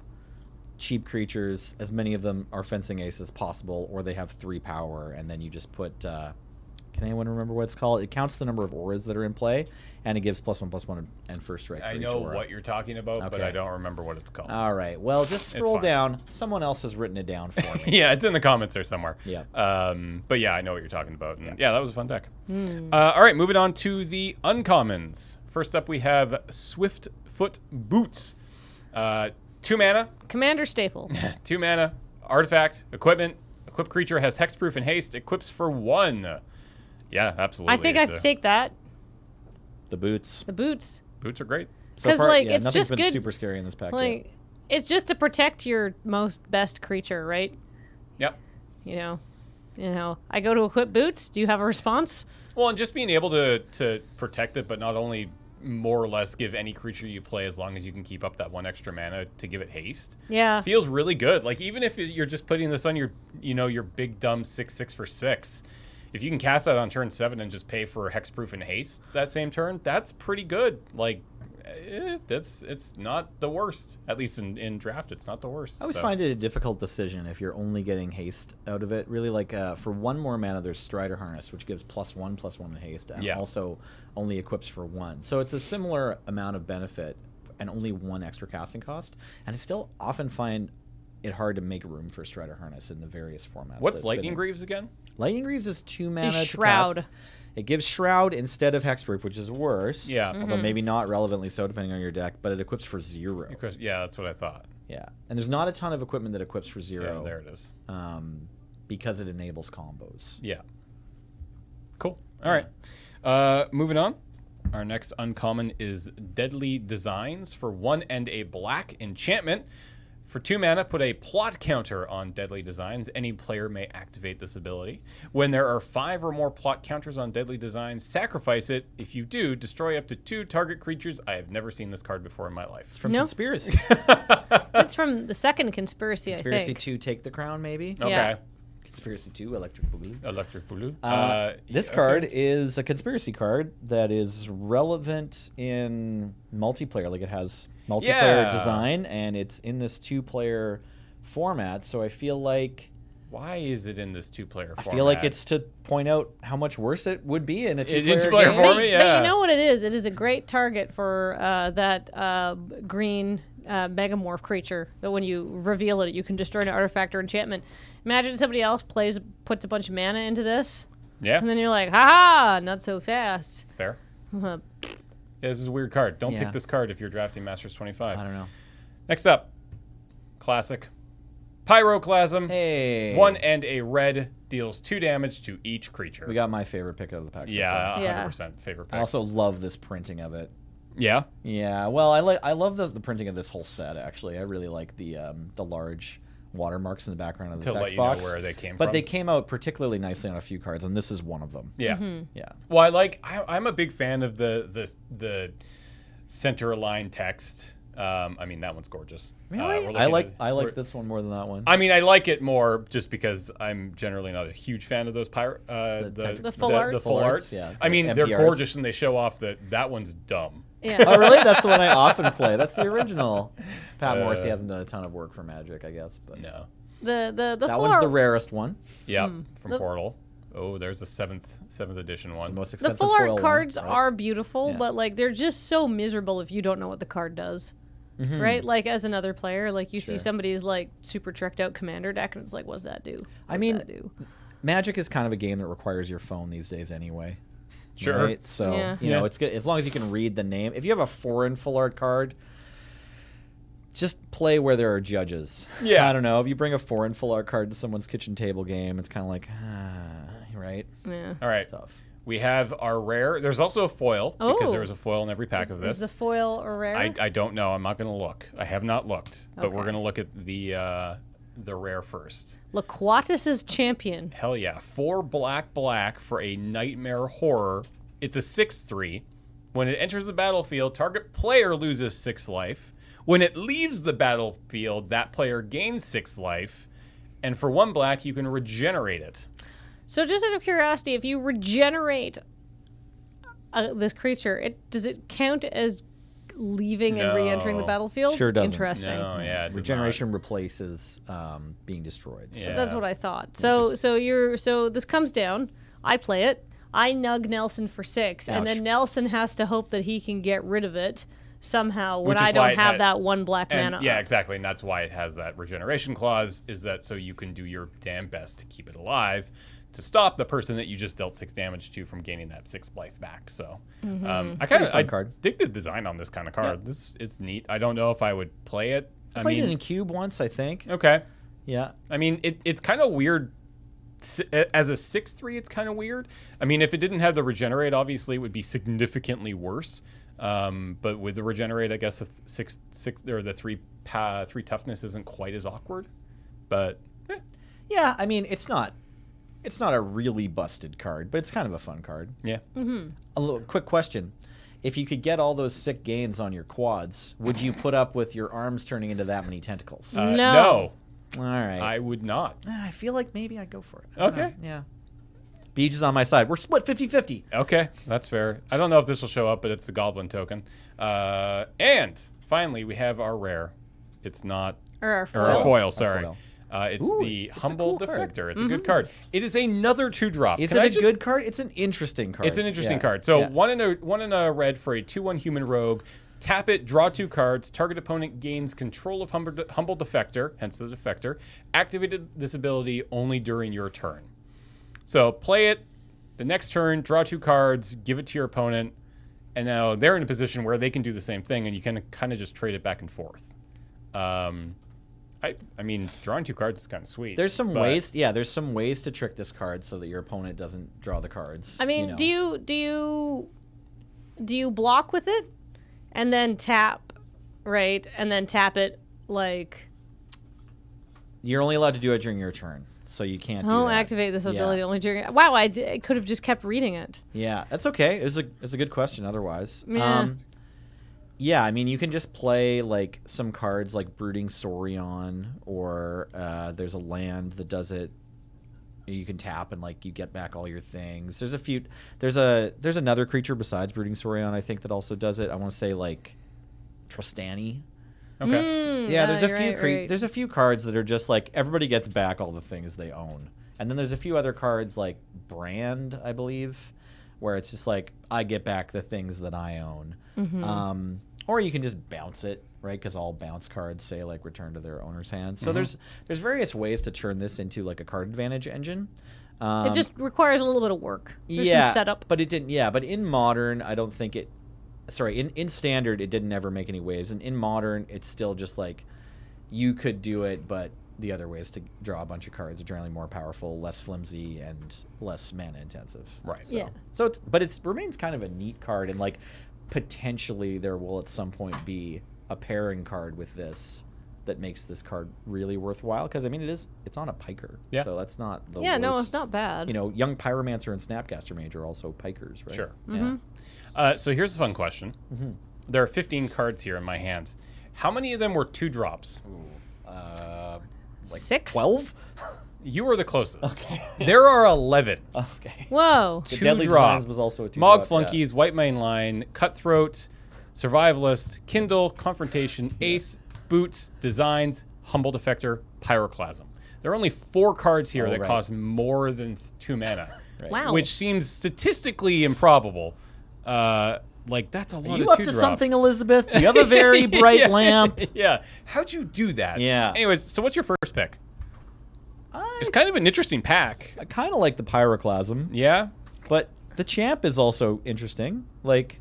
[SPEAKER 3] cheap creatures, as many of them are fencing ace as possible, or they have three power, and then you just put. Uh, can anyone remember what it's called? It counts the number of auras that are in play, and it gives plus one, plus one, and first strike.
[SPEAKER 1] I
[SPEAKER 3] for each
[SPEAKER 1] know
[SPEAKER 3] aura.
[SPEAKER 1] what you're talking about, but
[SPEAKER 3] Okay.
[SPEAKER 1] I don't remember what it's called.
[SPEAKER 3] All right. Well, just scroll
[SPEAKER 1] fine.
[SPEAKER 3] down. Someone else has written it down for me.
[SPEAKER 1] yeah, it's in the comments there somewhere.
[SPEAKER 3] Yeah.
[SPEAKER 1] Um, but yeah, I know what you're talking about. And yeah. that was a fun deck.
[SPEAKER 2] Hmm.
[SPEAKER 1] Uh, all right, moving on to the uncommons. First up, we have Swiftfoot Boots. Uh, two mana,
[SPEAKER 2] Commander staple.
[SPEAKER 1] two mana, artifact, equipment. Equipped creature has hexproof and haste. Equips for one. Yeah, absolutely.
[SPEAKER 2] I think I
[SPEAKER 1] It's a-
[SPEAKER 2] take that.
[SPEAKER 3] the boots.
[SPEAKER 2] The boots.
[SPEAKER 1] Boots are great.
[SPEAKER 3] So
[SPEAKER 2] 'Cause,
[SPEAKER 3] far,
[SPEAKER 2] like,
[SPEAKER 3] yeah,
[SPEAKER 2] it's
[SPEAKER 3] nothing's
[SPEAKER 2] just
[SPEAKER 3] been
[SPEAKER 2] good-
[SPEAKER 3] super scary in this pack. yet.
[SPEAKER 2] Like it's just to protect your most best creature, right?
[SPEAKER 1] Yep.
[SPEAKER 2] You know. you know, I go to equip boots. Do you have a response?
[SPEAKER 1] Well, and just being able to to protect it, but not only more or less give any creature you play as long as you can keep up that one extra mana to give it haste.
[SPEAKER 2] Yeah.
[SPEAKER 1] Feels really good. Like even if you're just putting this on your, you know, your big dumb six six for six, if you can cast that on turn seven and just pay for hexproof and haste that same turn, that's pretty good. Like, eh, that's it's not the worst. At least in, in draft, it's not the worst.
[SPEAKER 3] I always
[SPEAKER 1] so.
[SPEAKER 3] find it a difficult decision if you're only getting haste out of it. Really, like uh, for one more mana, there's Strider Harness, which gives plus one, plus one in haste, and
[SPEAKER 1] Yeah.
[SPEAKER 3] also only equips for one. So it's a similar amount of benefit and only one extra casting cost. And I still often find it hard to make room for Strider Harness in the various formats. that
[SPEAKER 1] What's
[SPEAKER 3] it's been
[SPEAKER 1] lightning
[SPEAKER 3] in.
[SPEAKER 1] greaves again?
[SPEAKER 3] Lightning Greaves is two mana. to
[SPEAKER 2] Shroud.
[SPEAKER 3] cast. It gives Shroud instead of Hexproof, which is worse.
[SPEAKER 1] Yeah.
[SPEAKER 2] Mm-hmm.
[SPEAKER 3] Although maybe not relevantly so, depending on your deck, but it equips for zero.
[SPEAKER 1] Because- Yeah, that's what I thought.
[SPEAKER 3] Yeah. And there's not a ton of equipment that equips for
[SPEAKER 1] Yeah,
[SPEAKER 3] zero
[SPEAKER 1] there it is.
[SPEAKER 3] um, because it enables combos.
[SPEAKER 1] Yeah. Cool. All right. Uh, moving on. Our next uncommon is Deadly Designs for one and a black enchantment. For two mana, put a plot counter on Deadly Designs. Any player may activate this ability. When there are five or more plot counters on Deadly Designs, sacrifice it. If you do, destroy up to two target creatures. I have never seen this card before in my life.
[SPEAKER 3] From
[SPEAKER 2] No.
[SPEAKER 3] Conspiracy.
[SPEAKER 2] That's from the second conspiracy, I
[SPEAKER 3] Conspiracy
[SPEAKER 2] think.
[SPEAKER 3] 2, Take the Crown, maybe?
[SPEAKER 1] Okay.
[SPEAKER 2] Yeah.
[SPEAKER 3] Conspiracy 2, Electric Boogaloo.
[SPEAKER 1] Electric Blue.
[SPEAKER 3] Uh, this card is a conspiracy card that is relevant in multiplayer. Like it has multiplayer
[SPEAKER 1] Yeah.
[SPEAKER 3] design, and it's in this two-player format. So I feel like
[SPEAKER 1] Why is it in this two player format?
[SPEAKER 3] I feel like it's to point out how much worse it would be in a two-player,
[SPEAKER 1] in two-player
[SPEAKER 3] game.
[SPEAKER 1] format.
[SPEAKER 2] But,
[SPEAKER 1] me,
[SPEAKER 2] but
[SPEAKER 1] yeah.
[SPEAKER 2] you know what it is? It is a great target for uh, that uh, green uh, megamorph creature. That when you reveal it, you can destroy an artifact or enchantment. Imagine somebody else plays puts a bunch of mana into this,
[SPEAKER 1] Yeah.
[SPEAKER 2] and then you're like, "Ha ha, not so fast."
[SPEAKER 1] Fair.
[SPEAKER 2] Huh.
[SPEAKER 1] Yeah, this is a weird card. Don't
[SPEAKER 3] Yeah.
[SPEAKER 1] pick this card if you're drafting Masters 25.
[SPEAKER 3] I don't know.
[SPEAKER 1] Next up, classic Pyroclasm.
[SPEAKER 3] Hey,
[SPEAKER 1] One and a red deals two damage to each creature.
[SPEAKER 3] We got my favorite pick out of the pack. So
[SPEAKER 1] yeah,
[SPEAKER 3] far.
[SPEAKER 1] 100%
[SPEAKER 2] Yeah.
[SPEAKER 1] favorite pick.
[SPEAKER 3] I also love this printing of it.
[SPEAKER 1] yeah.
[SPEAKER 3] Yeah, well, I like I love the, the printing of this whole set. Actually, I really like the um, the large watermarks in the background of the
[SPEAKER 1] To
[SPEAKER 3] text
[SPEAKER 1] let you know
[SPEAKER 3] box.
[SPEAKER 1] where they came
[SPEAKER 3] but
[SPEAKER 1] from.
[SPEAKER 3] they came out particularly nicely on a few cards, and this is one of them.
[SPEAKER 1] Yeah.
[SPEAKER 3] Yeah,
[SPEAKER 1] Well, I like. I, I'm a big fan of the the the center line text. Um, I mean, that one's gorgeous. Uh, we're
[SPEAKER 3] I
[SPEAKER 1] looking
[SPEAKER 3] like
[SPEAKER 1] at-
[SPEAKER 3] I
[SPEAKER 1] we're-
[SPEAKER 3] like this one more than that one.
[SPEAKER 1] I mean, I like it more just because I'm generally not a huge fan of those pirate, uh, the,
[SPEAKER 3] tech-
[SPEAKER 2] The full
[SPEAKER 1] the
[SPEAKER 2] arts?
[SPEAKER 1] full
[SPEAKER 3] Full arts,
[SPEAKER 1] arts.
[SPEAKER 3] yeah,
[SPEAKER 1] I mean,
[SPEAKER 3] the
[SPEAKER 1] they're
[SPEAKER 3] MPRs.
[SPEAKER 1] gorgeous and they show off that that one's dumb.
[SPEAKER 2] Yeah.
[SPEAKER 3] oh, really? That's the one I often play. That's the original. Pat Morrissey hasn't done a ton of work for Magic, I guess, but
[SPEAKER 1] Uh, No.
[SPEAKER 2] the the the
[SPEAKER 3] that
[SPEAKER 2] full
[SPEAKER 3] one's the
[SPEAKER 2] art-
[SPEAKER 3] rarest one.
[SPEAKER 1] Yeah,
[SPEAKER 2] Hmm.
[SPEAKER 1] from
[SPEAKER 2] The-
[SPEAKER 1] Portal. Oh, there's a seventh seventh edition
[SPEAKER 3] It's the
[SPEAKER 1] one.
[SPEAKER 3] most
[SPEAKER 2] the
[SPEAKER 3] expensive
[SPEAKER 2] full
[SPEAKER 3] foil
[SPEAKER 2] art
[SPEAKER 3] one,
[SPEAKER 2] cards
[SPEAKER 3] right?
[SPEAKER 2] are beautiful,
[SPEAKER 3] Yeah.
[SPEAKER 2] but like they're just so miserable if you don't know what the card does. Right? Like as another player, like you see
[SPEAKER 3] Mm-hmm. Sure.
[SPEAKER 2] somebody's like super tricked out commander deck and it's like, what does that do? What
[SPEAKER 3] I
[SPEAKER 2] does
[SPEAKER 3] mean,
[SPEAKER 2] that do?
[SPEAKER 3] Magic is kind of a game that requires your phone these days, anyway.
[SPEAKER 1] Sure.
[SPEAKER 3] Right? So
[SPEAKER 2] Yeah.
[SPEAKER 3] you
[SPEAKER 1] Yeah.
[SPEAKER 3] know, it's good as long as you can read the name. If you have a foreign full art card, just play where there are judges.
[SPEAKER 1] Yeah.
[SPEAKER 3] I don't know. If you bring a foreign full art card to someone's kitchen table game, it's kind of like, ah, right?
[SPEAKER 2] Yeah.
[SPEAKER 1] All right,
[SPEAKER 3] It's tough.
[SPEAKER 1] we have our rare. There's also a foil because
[SPEAKER 2] Oh.
[SPEAKER 1] there was a foil in every pack of
[SPEAKER 2] Is
[SPEAKER 1] this.
[SPEAKER 2] the foil a rare?
[SPEAKER 1] I, I don't know. I'm not going to look. I have not looked, but we're
[SPEAKER 2] Okay.
[SPEAKER 1] going to look at the uh, the rare first.
[SPEAKER 2] Laquatus's champion.
[SPEAKER 1] Hell yeah. Four black, black for a nightmare horror. It's a 6 3. When it enters the battlefield, target player loses six life. When it leaves the battlefield, that player gains six life. And for one black, you can regenerate it.
[SPEAKER 2] So just out of curiosity, if you regenerate uh, this creature, it does it count as leaving and re-entering the
[SPEAKER 1] No.
[SPEAKER 2] battlefield?
[SPEAKER 3] Sure doesn't.
[SPEAKER 2] Interesting.
[SPEAKER 1] No, Oh, yeah. it does not.
[SPEAKER 3] Regeneration replaces um, being destroyed. So.
[SPEAKER 1] Yeah.
[SPEAKER 2] That's what I thought. So so you're so this comes down. I play it. I nug Nelson for six, and
[SPEAKER 3] Ouch.
[SPEAKER 2] then Nelson has to hope that he can get rid of it somehow when
[SPEAKER 1] Which is
[SPEAKER 2] I
[SPEAKER 1] why
[SPEAKER 2] don't
[SPEAKER 1] it
[SPEAKER 2] have
[SPEAKER 1] had-
[SPEAKER 2] that one black
[SPEAKER 1] And
[SPEAKER 2] mana.
[SPEAKER 1] yeah,
[SPEAKER 2] up.
[SPEAKER 1] exactly. And that's why it has that regeneration clause is that so you can do your damn best to keep it alive to stop the person that you just dealt six damage to from gaining that sixth life back. So um, I kind
[SPEAKER 3] Mm-hmm. Pretty
[SPEAKER 1] of
[SPEAKER 3] fun
[SPEAKER 1] I
[SPEAKER 3] card.
[SPEAKER 1] dig the design on this kind of card. This it's neat. I don't know if I would play it. I,
[SPEAKER 3] I played it in
[SPEAKER 1] mean,
[SPEAKER 3] Cube once, I think.
[SPEAKER 1] okay.
[SPEAKER 3] Yeah.
[SPEAKER 1] I mean, it, it's kind of weird. S- As a six three, it's kind of weird. I mean, if it didn't have the regenerate, obviously it would be significantly worse. Um, but with the regenerate, I guess the th- six six or the three pa- three toughness isn't quite as awkward. But eh,
[SPEAKER 3] Yeah, I mean, it's not it's not a really busted card, but it's kind of a fun card.
[SPEAKER 1] Yeah.
[SPEAKER 3] A little quick question. If you could get all those sick gains on your quads, would you put up with your arms turning into that many tentacles?
[SPEAKER 1] Uh,
[SPEAKER 2] No.
[SPEAKER 1] no,
[SPEAKER 3] all right.
[SPEAKER 1] I would not.
[SPEAKER 3] Ah, I feel like maybe I'd go for it. I don't
[SPEAKER 1] Okay.
[SPEAKER 3] know. Yeah. Beach is on my side. We're split 50 50.
[SPEAKER 1] Okay, that's fair. I don't know if this will show up, but it's the goblin token. Uh, and finally, we have our rare. It's not
[SPEAKER 2] Or our
[SPEAKER 1] or our
[SPEAKER 2] foil.
[SPEAKER 1] foil. Sorry,
[SPEAKER 3] foil.
[SPEAKER 1] Uh, it's
[SPEAKER 3] Ooh,
[SPEAKER 1] the
[SPEAKER 3] it's a
[SPEAKER 1] humble
[SPEAKER 3] cool card. Mm-hmm.
[SPEAKER 1] defector. It's a good card. It is another two drop.
[SPEAKER 3] Is
[SPEAKER 1] Can
[SPEAKER 3] it
[SPEAKER 1] I
[SPEAKER 3] a
[SPEAKER 1] just-
[SPEAKER 3] good card? It's an interesting card.
[SPEAKER 1] It's an interesting
[SPEAKER 3] Yeah.
[SPEAKER 1] card. So
[SPEAKER 3] Yeah.
[SPEAKER 1] one in a one in a red for a two-one human rogue. Tap it, draw two cards. Target opponent gains control of humble, humble defector, hence the defector. Activated this ability only during your turn. So play it. The next turn, draw two cards, give it to your opponent, and now they're in a position where they can do the same thing, and you can kind of just trade it back and forth. Um, I, I mean, drawing two cards is kind of sweet.
[SPEAKER 3] There's some
[SPEAKER 1] but-
[SPEAKER 3] ways. Yeah, there's some ways to trick this card so that your opponent doesn't draw the cards.
[SPEAKER 2] I mean,
[SPEAKER 3] know.
[SPEAKER 2] do you do you do you block with it and then tap right and then tap it like
[SPEAKER 3] You're only allowed to do it during your turn, so you can't. do
[SPEAKER 2] oh
[SPEAKER 3] that.
[SPEAKER 2] activate this
[SPEAKER 3] Yeah.
[SPEAKER 2] ability only during wow I, d- I could have just kept reading it
[SPEAKER 3] Yeah, that's okay. It was a it's a good question. Otherwise,
[SPEAKER 2] Yeah.
[SPEAKER 3] Um, yeah, I mean, you can just play like some cards like Brooding Saurion, or uh, there's a land that does it. You can tap and like you get back all your things. There's a few. There's a there's another creature besides Brooding Saurion I think that also does it. I want to say like Tristani.
[SPEAKER 1] Okay.
[SPEAKER 2] Mm,
[SPEAKER 3] yeah,
[SPEAKER 2] ah,
[SPEAKER 3] there's a
[SPEAKER 2] you're
[SPEAKER 3] few
[SPEAKER 2] right,
[SPEAKER 3] cre-
[SPEAKER 2] right.
[SPEAKER 3] there's a few cards that are just like everybody gets back all the things they own, and then there's a few other cards like Brand, I believe, where it's just like I get back the things that I own,
[SPEAKER 2] Mm-hmm.
[SPEAKER 3] um, or you can just bounce it, right? Because all bounce cards say like return to their owner's hand. So
[SPEAKER 2] Mm-hmm.
[SPEAKER 3] there's there's various ways to turn this into like a card advantage engine. Um,
[SPEAKER 2] it just requires a little bit of work there's some setup
[SPEAKER 3] but it didn't. Yeah, but in modern, I don't think it. Sorry, in in standard, it didn't ever make any waves, and in modern, it's still just like you could do it, but the other ways to draw a bunch of cards are generally more powerful, less flimsy, and less mana intensive.
[SPEAKER 1] Right.
[SPEAKER 3] So,
[SPEAKER 2] Yeah.
[SPEAKER 3] So it's but it remains kind of a neat card, and like potentially there will at some point be a pairing card with this that makes this card really worthwhile because I mean it is it's on a piker.
[SPEAKER 1] Yeah.
[SPEAKER 3] So that's not the
[SPEAKER 2] yeah no it's
[SPEAKER 3] worst
[SPEAKER 2] not bad
[SPEAKER 3] you know, young pyromancer and snapcaster mage are also pikers, right?
[SPEAKER 1] Sure.
[SPEAKER 3] Yeah.
[SPEAKER 1] Uh, so here's a fun question.
[SPEAKER 3] Mm-hmm.
[SPEAKER 1] There are 15 cards here in my hand. How many of them were two drops?
[SPEAKER 3] Uh,
[SPEAKER 2] six
[SPEAKER 3] Twelve.
[SPEAKER 1] You were the closest. There are 11.
[SPEAKER 3] okay.
[SPEAKER 2] whoa
[SPEAKER 3] The
[SPEAKER 1] Two
[SPEAKER 3] Deadly
[SPEAKER 1] drop.
[SPEAKER 3] Designs was also a two
[SPEAKER 1] Mog
[SPEAKER 3] drop, yeah.
[SPEAKER 1] Flunkies, White Main Line, Cutthroat, Survivalist, Kindle, Confrontation, Ace, Boots, Designs, Humble Defector, Pyroclasm. There are only four cards here
[SPEAKER 3] Oh,
[SPEAKER 1] that
[SPEAKER 3] right.
[SPEAKER 1] cost more than th- two mana,
[SPEAKER 3] Right.
[SPEAKER 2] wow
[SPEAKER 1] which seems statistically improbable. Uh, like that's a lot
[SPEAKER 3] Are
[SPEAKER 1] of
[SPEAKER 3] you up
[SPEAKER 1] two
[SPEAKER 3] to
[SPEAKER 1] drops.
[SPEAKER 3] something, Elizabeth? Do you have a very bright lamp?
[SPEAKER 1] yeah. How'd you do that?
[SPEAKER 3] Yeah.
[SPEAKER 1] Anyways, so what's your first pick?
[SPEAKER 3] I,
[SPEAKER 1] It's kind of an interesting pack.
[SPEAKER 3] I kind of like the pyroclasm,
[SPEAKER 1] Yeah.
[SPEAKER 3] but the champ is also interesting. Like,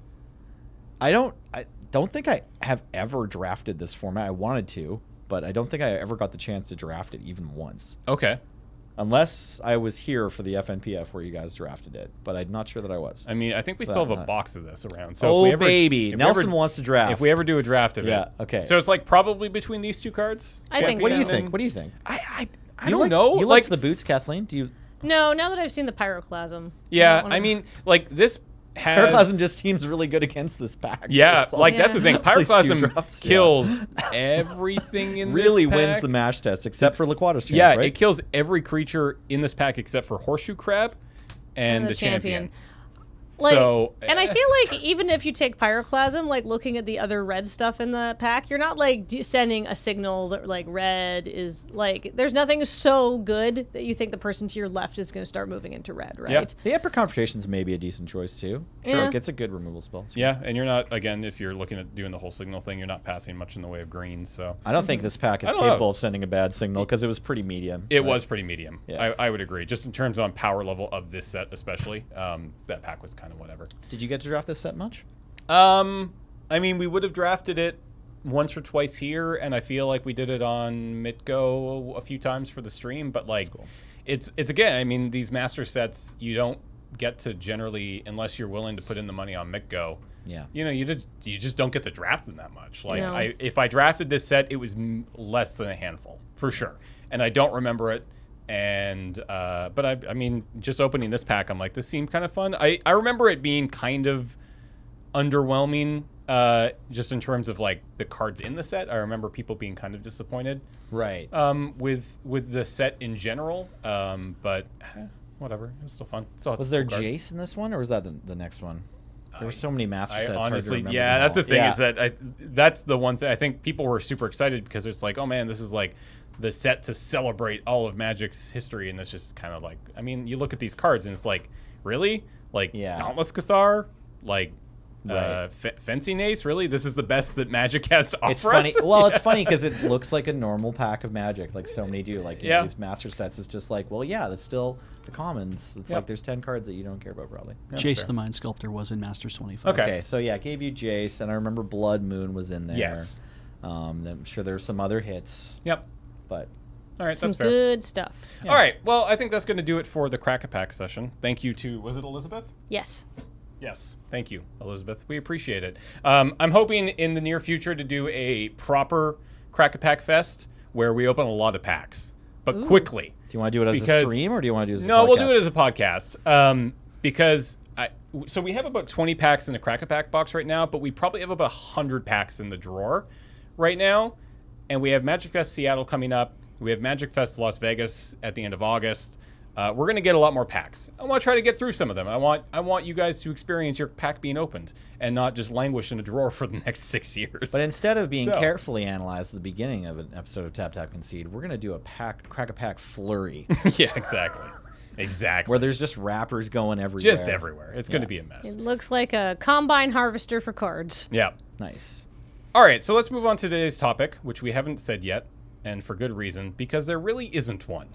[SPEAKER 3] I don't, I don't think I have ever drafted this format. I wanted to, but I don't think I ever got the chance to draft it even once.
[SPEAKER 1] Okay.
[SPEAKER 3] Unless I was here for the FNPF where you guys drafted it, but I'm not sure that I was.
[SPEAKER 1] I mean, I think we
[SPEAKER 3] That
[SPEAKER 1] still have a
[SPEAKER 3] one.
[SPEAKER 1] box of this around. So
[SPEAKER 3] Uh, oh
[SPEAKER 1] if we ever,
[SPEAKER 3] baby,
[SPEAKER 1] if we
[SPEAKER 3] Nelson
[SPEAKER 1] ever-
[SPEAKER 3] wants to draft.
[SPEAKER 1] If we ever do a draft of it,
[SPEAKER 3] Yeah, okay.
[SPEAKER 1] So it's like probably between these two cards.
[SPEAKER 2] I
[SPEAKER 1] Champion
[SPEAKER 2] think
[SPEAKER 3] what do you
[SPEAKER 2] so.
[SPEAKER 1] and-
[SPEAKER 3] think? What do you think?
[SPEAKER 1] I I, I
[SPEAKER 3] You
[SPEAKER 1] don't
[SPEAKER 3] like-
[SPEAKER 1] know.
[SPEAKER 3] You
[SPEAKER 1] like
[SPEAKER 3] liked the boots, Kathleen? Do you?
[SPEAKER 2] no now that i've seen the pyroclasm
[SPEAKER 1] yeah.
[SPEAKER 2] don't wanna-
[SPEAKER 1] I mean, like this has
[SPEAKER 3] Paraclasm just seems really good against this pack.
[SPEAKER 1] yeah.
[SPEAKER 3] It's all-
[SPEAKER 1] Like that's the thing.
[SPEAKER 3] At least two
[SPEAKER 1] Pyroclasm
[SPEAKER 3] drops, yeah.
[SPEAKER 1] kills everything in this
[SPEAKER 3] Really wins
[SPEAKER 1] pack.
[SPEAKER 3] the mash test, except for Laquatus champ.
[SPEAKER 1] Yeah,
[SPEAKER 3] right?
[SPEAKER 1] it kills every creature in this pack except for Horseshoe Crab and, the, champion.
[SPEAKER 2] Like,
[SPEAKER 1] So- eh.
[SPEAKER 2] and I feel like even if you take pyroclasm, like looking at the other red stuff in the pack, you're not like d- sending a signal that like red is like. There's nothing so good that you think the person to your left is going to start moving into red, right?
[SPEAKER 3] The Emperor Confrontation's maybe a decent choice too.
[SPEAKER 2] Sure.
[SPEAKER 3] Like, it's a good removal spell. It's-
[SPEAKER 1] Yeah, and you're not again if you're looking at doing the whole signal thing, you're not passing much in the way of greens. So
[SPEAKER 3] I don't think this pack is
[SPEAKER 1] I don't
[SPEAKER 3] capable
[SPEAKER 1] know.
[SPEAKER 3] of sending a bad signal because it was pretty medium.
[SPEAKER 1] it
[SPEAKER 3] right?
[SPEAKER 1] was pretty medium.
[SPEAKER 3] Yeah.
[SPEAKER 1] I, I would agree. Just in terms on power level of this set, especially, um, that pack was kind of whatever.
[SPEAKER 3] Did you get to draft this set much?
[SPEAKER 1] Um, I mean, we would have drafted it once or twice here, and I feel like we did it on Mitgo a few times for the stream. But like, it's it's again. I mean, these master sets you don't get to generally unless you're willing to put in the money on Mitgo.
[SPEAKER 3] Yeah.
[SPEAKER 1] You know, you just you just don't get to draft them that much. Like,
[SPEAKER 2] No.
[SPEAKER 1] I if I drafted this set, it was m- less than a handful for sure, and I don't remember it and uh, but I, I mean, just opening this pack, I'm like, this seemed kind of fun. I I remember it being kind of underwhelming, uh, just in terms of like the cards in the set. I remember people being kind of disappointed
[SPEAKER 3] Right.
[SPEAKER 1] um, with with the set in general. Um, but eh, whatever, it was still fun. Still had
[SPEAKER 3] was
[SPEAKER 1] some
[SPEAKER 3] there
[SPEAKER 1] cool cards.
[SPEAKER 3] Jace in this one, or was that the, the next one? There were so many master
[SPEAKER 1] I
[SPEAKER 3] sets. hard to
[SPEAKER 1] honestly,
[SPEAKER 3] remember
[SPEAKER 1] yeah,
[SPEAKER 3] them
[SPEAKER 1] that's
[SPEAKER 3] all.
[SPEAKER 1] the thing
[SPEAKER 3] Yeah.
[SPEAKER 1] is that I, that's the one thing I think people were super excited because it's like, oh man, this is like the set to celebrate all of Magic's history, and it's just kind of like, I mean, you look at these cards and it's like, really, like
[SPEAKER 3] Yeah.
[SPEAKER 1] Dauntless Cathar, like
[SPEAKER 3] Right.
[SPEAKER 1] uh, F- Fencing Ace, really, this is the best that Magic has to offer
[SPEAKER 3] It's funny.
[SPEAKER 1] us?
[SPEAKER 3] Well, it's funny because it looks like a normal pack of magic, like so many do. Like you know,
[SPEAKER 1] Yeah.
[SPEAKER 3] these master sets is just like, well, yeah, that's still the commons. It's
[SPEAKER 1] Yeah.
[SPEAKER 3] like there's ten cards that you don't care about probably.
[SPEAKER 1] That's
[SPEAKER 4] Jace
[SPEAKER 1] fair.
[SPEAKER 4] the Mind Sculptor was in Masters 25.
[SPEAKER 1] Okay.
[SPEAKER 3] so yeah, I gave you Jace, and I remember Blood Moon was in there.
[SPEAKER 1] Yes.
[SPEAKER 3] Um, then I'm sure there were some other hits,
[SPEAKER 1] yep.
[SPEAKER 3] but
[SPEAKER 1] All right,
[SPEAKER 2] Some
[SPEAKER 1] that's fair.
[SPEAKER 2] good stuff.
[SPEAKER 1] All right, well, I think that's going to do it for the Crack a Pack session. Thank you to was it Elizabeth?
[SPEAKER 2] Yes.
[SPEAKER 1] Yes, thank you, Elizabeth. We appreciate it. Um, I'm hoping in the near future to do a proper Crack a Pack Fest where we open a lot of packs, but quickly.
[SPEAKER 3] do you want to do it as
[SPEAKER 1] Because-
[SPEAKER 3] a stream or do you want to do it as
[SPEAKER 1] No,
[SPEAKER 3] a podcast?
[SPEAKER 1] we'll do it as a podcast um, because I. w- So we have about 20 packs in the Crack a Pack box right now, but we probably have about 100 packs in the drawer right now, and we have Magic Fest Seattle coming up. We have Magic Fest Las Vegas at the end of August. Uh, we're gonna get a lot more packs. I want to try to get through some of them. I want I want you guys to experience your pack being opened and not just languish in a drawer for the next six years.
[SPEAKER 3] But instead of being
[SPEAKER 1] So-
[SPEAKER 3] carefully analyzed at the beginning of an episode of Tap Tap Concede, we're gonna do a pack crack a pack flurry
[SPEAKER 1] yeah, exactly, exactly.
[SPEAKER 3] where there's just rappers going everywhere.
[SPEAKER 1] just everywhere. It's gonna be a mess.
[SPEAKER 2] It looks like a combine harvester for cards.
[SPEAKER 1] Yeah.
[SPEAKER 3] Nice.
[SPEAKER 1] All right, so let's move on to today's topic, which we haven't said yet, and for good reason, because there really isn't one.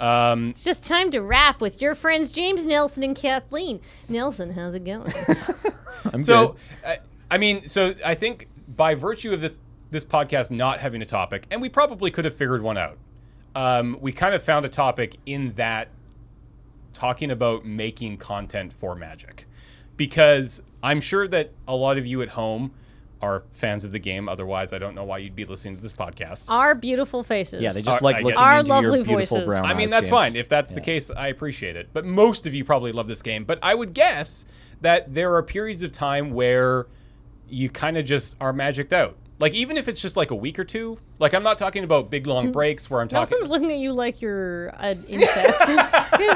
[SPEAKER 1] Um,
[SPEAKER 2] It's just time to wrap with your friends James Nelson and Kathleen. Nelson, how's it going?
[SPEAKER 3] I'm
[SPEAKER 1] so,
[SPEAKER 3] good.
[SPEAKER 1] I, I mean, so I think by virtue of this this podcast not having a topic, and we probably could have figured one out. Um, we kind of found a topic in that talking about making content for Magic, because I'm sure that a lot of you at home are fans of the game. Otherwise, I don't know why you'd be listening to this podcast.
[SPEAKER 2] Our beautiful faces.
[SPEAKER 3] Yeah, they
[SPEAKER 1] Our-
[SPEAKER 3] just like
[SPEAKER 1] I get-
[SPEAKER 3] looking
[SPEAKER 2] Our
[SPEAKER 3] into
[SPEAKER 2] lovely
[SPEAKER 3] your beautiful
[SPEAKER 2] voices.
[SPEAKER 3] brown
[SPEAKER 1] I mean,
[SPEAKER 3] eyes,
[SPEAKER 1] that's
[SPEAKER 3] James.
[SPEAKER 1] fine. If that's the case, I appreciate it. But most of you probably love this game. But I would guess that there are periods of time where you kind of just are magicked out. Like, even if it's just like a week or two, like, I'm not talking about big long breaks where I'm talking.
[SPEAKER 2] Nelson's looking at you like you're an insect. He's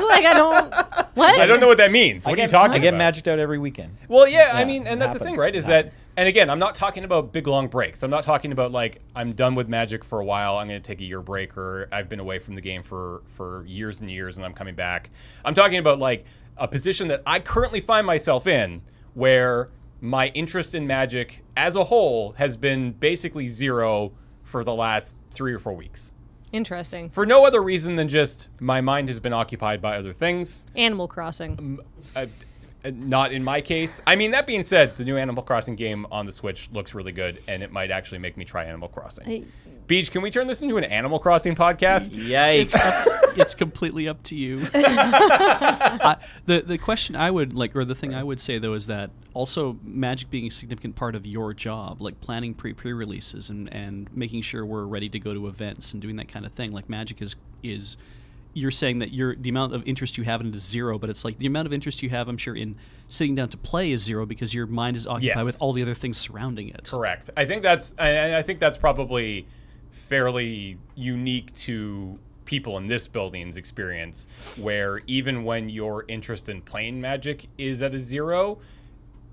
[SPEAKER 2] like, I don't. What?
[SPEAKER 1] I don't know what that means. What
[SPEAKER 3] I
[SPEAKER 1] are you
[SPEAKER 3] get-
[SPEAKER 1] talking
[SPEAKER 3] I get
[SPEAKER 1] about?
[SPEAKER 3] magicked out every weekend.
[SPEAKER 1] Well, yeah, I
[SPEAKER 3] Yeah,
[SPEAKER 1] mean, and
[SPEAKER 3] it
[SPEAKER 1] that's the thing,
[SPEAKER 3] happens.
[SPEAKER 1] right?
[SPEAKER 3] It
[SPEAKER 1] Is
[SPEAKER 3] happens.
[SPEAKER 1] that, and again, I'm not talking about big long breaks. I'm not talking about like I'm done with Magic for a while. I'm going to take a year break, or I've been away from the game for for years and years, and I'm coming back. I'm talking about like a position that I currently find myself in, where my interest in Magic as a whole has been basically zero for the last three or four weeks,
[SPEAKER 2] Interesting.
[SPEAKER 1] for no other reason than just my mind has been occupied by other things
[SPEAKER 2] Animal Crossing.
[SPEAKER 1] uh, uh, not in my case. I mean, that being said, the new Animal Crossing game on the Switch looks really good, and it might actually make me try Animal Crossing.
[SPEAKER 2] I-
[SPEAKER 1] Beach, can we turn this into an Animal Crossing podcast?
[SPEAKER 3] Yikes.
[SPEAKER 4] it's completely up to you. I, the the question I would like, or the thing I would say though, is that also magic being a significant part of your job, like planning pre pre releases and and making sure we're ready to go to events and doing that kind of thing. Like magic is is you're saying that your the amount of interest you have in it is zero, but it's like the amount of interest you have, I'm sure, in sitting down to play is zero because your mind is occupied
[SPEAKER 1] Yes.
[SPEAKER 4] with all the other things surrounding it.
[SPEAKER 1] Correct. I think that's I, I think that's probably fairly unique to people in this building's experience, where even when your interest in playing Magic is at a zero,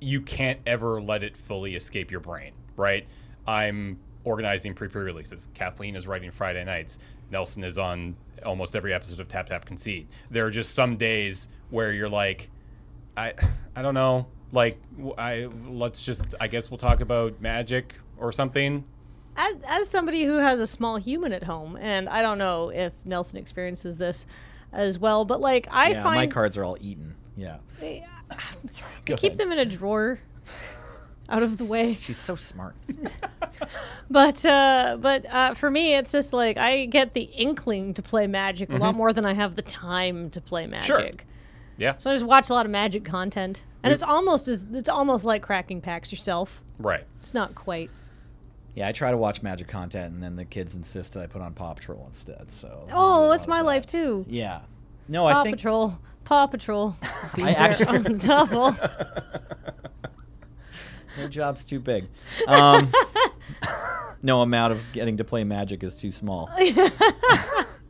[SPEAKER 1] you can't ever let it fully escape your brain, right? I'm organizing pre pre releases. Kathleen is writing Friday nights. Nelson is on almost every episode of Tap Tap Concede. There are just some days where you're like, I, I don't know. Like, w- I let's just. I guess we'll talk about magic or something.
[SPEAKER 2] As, as somebody who has a small human at home, and I don't know if Nelson experiences this as well, but like, I
[SPEAKER 3] yeah, my
[SPEAKER 2] find.
[SPEAKER 3] cards are all eaten. Yeah.
[SPEAKER 2] I- I keep them in a drawer out of the way.
[SPEAKER 3] She's so smart.
[SPEAKER 2] But uh, but uh, for me, it's just like I get the inkling to play Magic a
[SPEAKER 3] Mm-hmm.
[SPEAKER 2] lot more than I have the time to play Magic.
[SPEAKER 1] Sure. Yeah.
[SPEAKER 2] So I just watch a lot of Magic content, and it's almost as it's almost like cracking packs yourself.
[SPEAKER 1] Right.
[SPEAKER 2] It's not quite.
[SPEAKER 3] Yeah, I try to watch magic content, and then the kids insist that I put on Paw Patrol instead. So.
[SPEAKER 2] Oh,
[SPEAKER 3] I'm
[SPEAKER 2] that's
[SPEAKER 3] out
[SPEAKER 2] my
[SPEAKER 3] of
[SPEAKER 2] life
[SPEAKER 3] that.
[SPEAKER 2] too.
[SPEAKER 3] Yeah. No,
[SPEAKER 2] Paw
[SPEAKER 3] I think
[SPEAKER 2] Patrol. Paw Patrol. Be there
[SPEAKER 3] actually-
[SPEAKER 2] on double.
[SPEAKER 3] no job's too big. Um, no amount of getting to play magic is too small.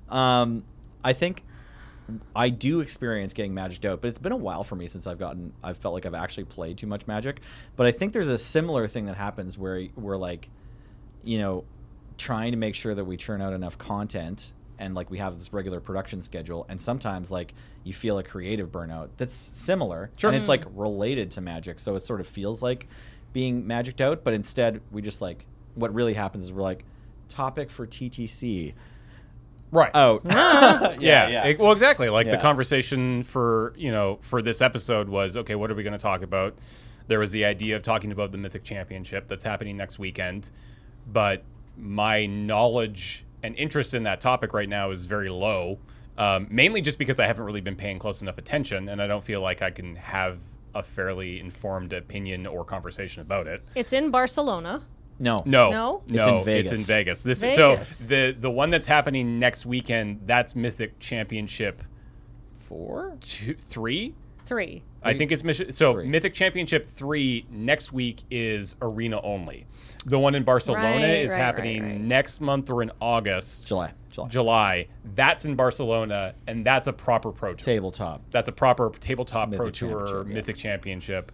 [SPEAKER 3] um, I think I do experience getting magicked out, but it's been a while for me since I've gotten. I've felt like I've actually played too much magic. But I think there's a similar thing that happens where we're like, you know, trying to make sure that we churn out enough content and like we have this regular production schedule and sometimes like you feel a creative burnout that's similar
[SPEAKER 1] Sure.
[SPEAKER 3] and it's like related to magic so it sort of feels like being magicked out but instead we just like what really happens is we're like topic for TTC
[SPEAKER 1] Right.
[SPEAKER 3] out yeah
[SPEAKER 1] yeah, It- well, exactly. Like the
[SPEAKER 3] Yeah.
[SPEAKER 1] conversation for you know for this episode was okay. What are we going to talk about? There was the idea of talking about the Mythic Championship that's happening next weekend, but my knowledge and interest in that topic right now is very low. Um, mainly just because I haven't really been paying close enough attention, and I don't feel like I can have a fairly informed opinion or conversation about it.
[SPEAKER 2] it's in Barcelona.
[SPEAKER 3] no
[SPEAKER 1] No,
[SPEAKER 2] No? It's
[SPEAKER 3] in
[SPEAKER 1] no,
[SPEAKER 3] Vegas.
[SPEAKER 1] It's in Vegas. This
[SPEAKER 2] Vegas.
[SPEAKER 1] so the the one that's happening next weekend. That's Mythic Championship
[SPEAKER 3] four
[SPEAKER 1] two, three.
[SPEAKER 2] Three.
[SPEAKER 1] I think it's Mich- so
[SPEAKER 3] Three.
[SPEAKER 1] Mythic Championship three next week is arena only. The one in Barcelona
[SPEAKER 2] Right,
[SPEAKER 1] is
[SPEAKER 2] right,
[SPEAKER 1] happening
[SPEAKER 2] right, right.
[SPEAKER 1] next month or in August,
[SPEAKER 3] July July
[SPEAKER 1] July. That's in Barcelona, and that's a proper pro tour.
[SPEAKER 3] tabletop
[SPEAKER 1] That's a proper tabletop pro
[SPEAKER 3] Mythic
[SPEAKER 1] tour
[SPEAKER 3] Championship, yeah.
[SPEAKER 1] Mythic Championship.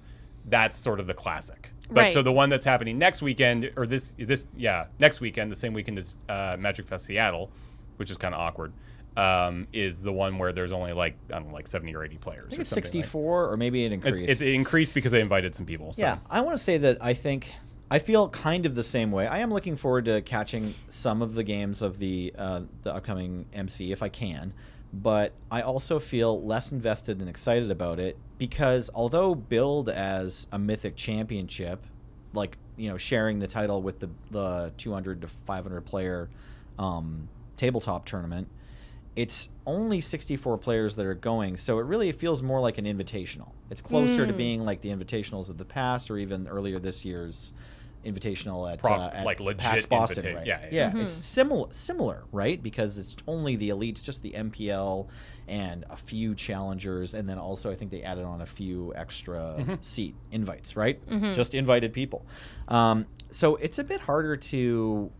[SPEAKER 1] That's sort of the classic. But
[SPEAKER 2] Right.
[SPEAKER 1] so the one that's happening next weekend, or this this yeah next weekend, the same weekend as uh, Magic Fest Seattle, which is kind of awkward, um, is the one where there's only like I don't know, like seventy or eighty players.
[SPEAKER 3] I think it's
[SPEAKER 1] or something like
[SPEAKER 3] 64 or maybe it
[SPEAKER 1] it's,
[SPEAKER 3] increased
[SPEAKER 1] it's it increased because they invited some people. So.
[SPEAKER 3] Yeah, I want to say that I think I feel kind of the same way. I am looking forward to catching some of the games of the uh, the upcoming MC if I can, but I also feel less invested and excited about it because although billed as a mythic championship, like you know sharing the title with the the 200 to 500 player um, tabletop tournament. It's only 64 players that are going, so it really feels more like an invitational. It's closer to
[SPEAKER 2] Mm.
[SPEAKER 3] being being, like the invitationals of the past or even earlier this year's invitational at,
[SPEAKER 1] Prop-
[SPEAKER 3] uh, at
[SPEAKER 1] like legit
[SPEAKER 3] PAX Boston,
[SPEAKER 1] invita-
[SPEAKER 3] right?
[SPEAKER 1] yeah, yeah.
[SPEAKER 3] it's similar, similar, right? Because it's only the elites, just the MPL and a few challengers, and then also I think they added on a few extra seat invites, right? Just invited people. Um, so it's a bit harder to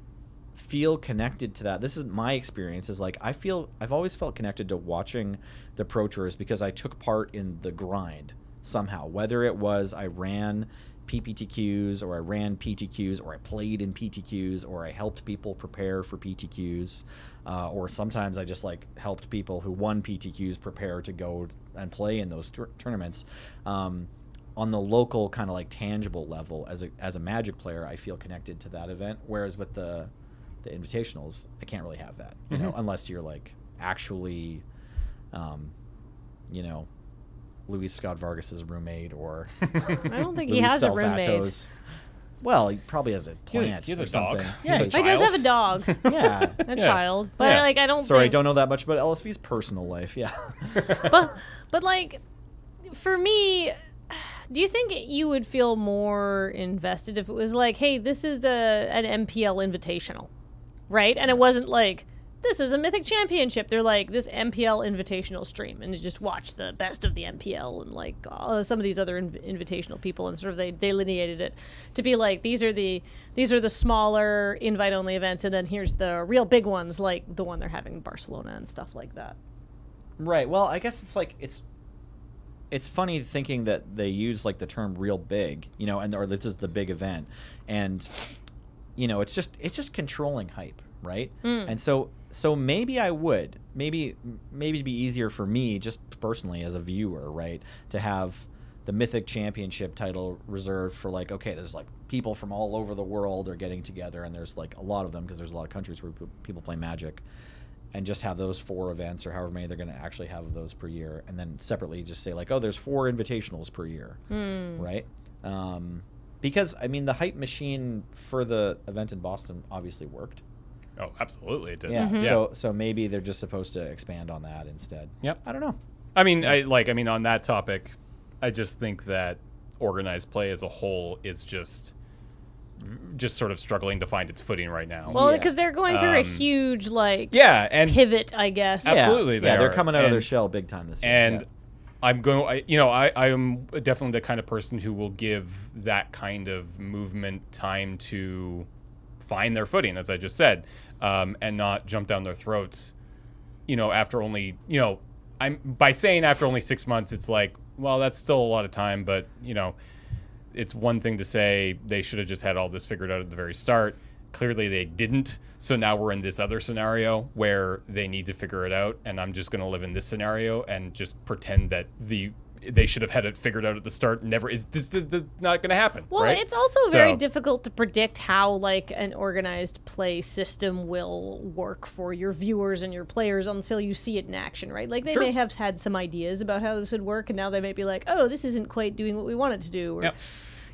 [SPEAKER 3] feel connected to that. This is my experience is like I feel I've always felt connected to watching the pro tours because I took part in the grind somehow. Whether it was I ran PPTQs or I ran PTQs or I played in PTQs or I helped people prepare for PTQs uh, or sometimes I just like helped people who won PTQs prepare to go and play in those tour- tournaments. Um, on the local kind of like tangible level as a as a magic player i feel connected to that event whereas with the the invitationals i can't really have that you know unless you're like actually um you know luis scott vargas's roommate or
[SPEAKER 2] I don't think he
[SPEAKER 3] Luis
[SPEAKER 2] has a roommate.
[SPEAKER 3] Salvato's- well he probably has a
[SPEAKER 1] He has a-
[SPEAKER 3] plant
[SPEAKER 1] he has a
[SPEAKER 3] or
[SPEAKER 1] dog.
[SPEAKER 3] something
[SPEAKER 1] He has a
[SPEAKER 2] He does
[SPEAKER 1] Child?
[SPEAKER 2] have a dog, a
[SPEAKER 3] yeah
[SPEAKER 1] Yeah.
[SPEAKER 2] child, but
[SPEAKER 1] Yeah.
[SPEAKER 2] like I don't.
[SPEAKER 3] sorry i
[SPEAKER 2] think-
[SPEAKER 3] don't know that much about lsv's personal life yeah
[SPEAKER 2] but but like for me do you think you would feel more invested if it was like hey this is a an mpl invitational right and it wasn't like this is a mythic championship they're like this mpl invitational stream and you just watch the best of the mpl and like all, some of these other inv- invitational people and sort of they delineated it to be like these are the these are the smaller invite only events and then here's the real big ones like the one they're having in barcelona and stuff like that
[SPEAKER 3] Right. Well, I guess it's like it's it's funny thinking that they use like the term real big, you know, and or this is the big event. And you know, it's just it's just controlling hype, right? And so so maybe I would. Maybe maybe it'd be easier for me just personally as a viewer, right, to have the mythic championship title reserved for like okay there's like people from all over the world are getting together and there's like a lot of them because there's a lot of countries where pe- people play magic and just have those four events or however many they're going to actually have of those per year and then separately just say like oh there's four invitationals per year right um, because i mean the hype machine for the event in boston obviously worked
[SPEAKER 1] Oh, absolutely, it did.
[SPEAKER 3] yeah
[SPEAKER 1] Yeah.
[SPEAKER 3] so so maybe they're just supposed to expand on that instead
[SPEAKER 1] Yep.
[SPEAKER 3] i don't know
[SPEAKER 1] I mean, I like. I mean, on that topic, I just think that organized play as a whole is just just sort of struggling to find its footing right now.
[SPEAKER 2] Well,
[SPEAKER 3] Yeah.
[SPEAKER 2] because they're going through a huge like
[SPEAKER 1] Um, yeah, and
[SPEAKER 2] pivot, I guess.
[SPEAKER 1] Yeah. Absolutely,
[SPEAKER 3] yeah,
[SPEAKER 1] they
[SPEAKER 3] yeah they're
[SPEAKER 1] are.
[SPEAKER 3] coming out of their
[SPEAKER 1] And-
[SPEAKER 3] shell big time this year.
[SPEAKER 1] and
[SPEAKER 3] yeah.
[SPEAKER 1] I'm going. I, you know, I I am definitely the kind of person who will give that kind of movement time to find their footing, as I just said, um, and not jump down their throats. You know, after only you know, I'm by saying after only six months, it's like, well, that's still a lot of time, but you know, it's one thing to say they should have just had all this figured out at the very start. Clearly, they didn't. So now we're in this other scenario where they need to figure it out, and I'm just going to live in this scenario and just pretend that the they should have had it figured out at the start. Never is just, just- just not going to happen.
[SPEAKER 2] Well,
[SPEAKER 1] right?
[SPEAKER 2] it's also very
[SPEAKER 1] So-
[SPEAKER 2] difficult to predict how like an organized play system will work for your viewers and your players until you see it in action, right? Like they
[SPEAKER 1] Sure.
[SPEAKER 2] may have had some ideas about how this would work, and now they may be like, "Oh, this isn't quite doing what we want it to do," or
[SPEAKER 1] Yep.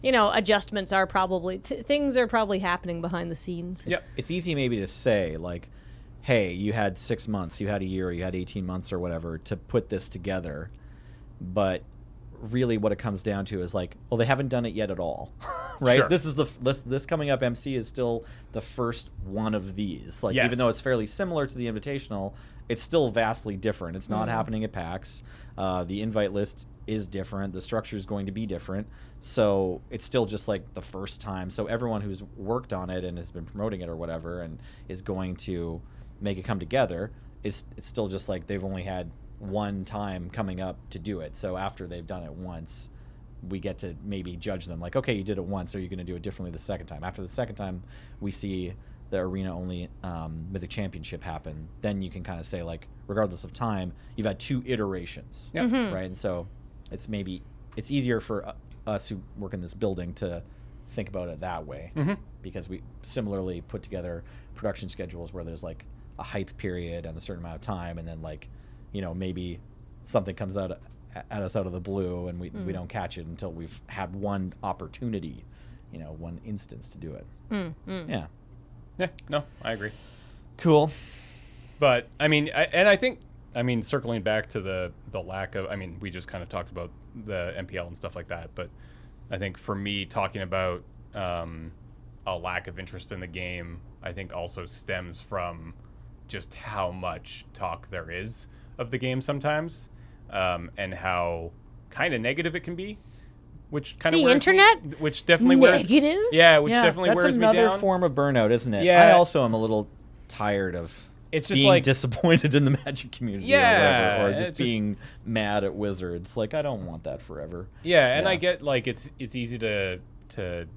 [SPEAKER 2] you know, adjustments are probably t- things are probably happening behind the scenes.
[SPEAKER 1] Yep.
[SPEAKER 3] it's easy maybe to say like hey you had six months you had a year you had 18 months or whatever to put this together but really what it comes down to is like well they haven't done it yet at all right
[SPEAKER 1] Sure.
[SPEAKER 3] this is the f- this, this coming up mc is still the first one of these like
[SPEAKER 1] Yes.
[SPEAKER 3] even though it's fairly similar to the invitational it's still vastly different it's not happening at pax uh, the invite list is different the structure is going to be different so it's still just like the first time so everyone who's worked on it and has been promoting it or whatever and is going to make it come together is it's still just like they've only had one time coming up to do it so after they've done it once we get to maybe judge them like okay you did it once are you going to do it differently the second time after the second time we see the arena only um, mythic championship happen then you can kind of say like regardless of time you've had two iterations
[SPEAKER 1] Yeah. Mhm.
[SPEAKER 3] right and so it's maybe it's easier for uh, us who work in this building to think about it that way because we similarly put together production schedules where there's like a hype period and a certain amount of time and then like you know maybe something comes out a- at us out of the blue and we, we don't catch it until we've had one opportunity you know one instance to do it yeah
[SPEAKER 1] yeah, no, I agree.
[SPEAKER 3] cool
[SPEAKER 1] But I mean, I, and I think, I mean, circling back to the the lack of, I mean, we just kind of talked about the MPL and stuff like that. But I think for me, talking about um, a lack of interest in the game, I think also stems from just how much talk there is of the game sometimes, um, and how kind of negative it can be. Which kind of
[SPEAKER 2] The
[SPEAKER 1] wears me-
[SPEAKER 2] internet?
[SPEAKER 1] which definitely wears
[SPEAKER 2] Negative?
[SPEAKER 1] Yeah, which definitely
[SPEAKER 3] that's
[SPEAKER 1] wears
[SPEAKER 3] another
[SPEAKER 1] me down.
[SPEAKER 3] form of burnout isn't it i
[SPEAKER 1] Yeah.
[SPEAKER 3] also am a little tired of
[SPEAKER 1] It's just
[SPEAKER 3] being
[SPEAKER 1] like-
[SPEAKER 3] disappointed in the magic community
[SPEAKER 1] Yeah,
[SPEAKER 3] or, whatever, or
[SPEAKER 1] it's
[SPEAKER 3] just
[SPEAKER 1] just-
[SPEAKER 3] being mad at wizards like i don't want that forever
[SPEAKER 1] Yeah, and I
[SPEAKER 3] Yeah.
[SPEAKER 1] get like it's it's easy to to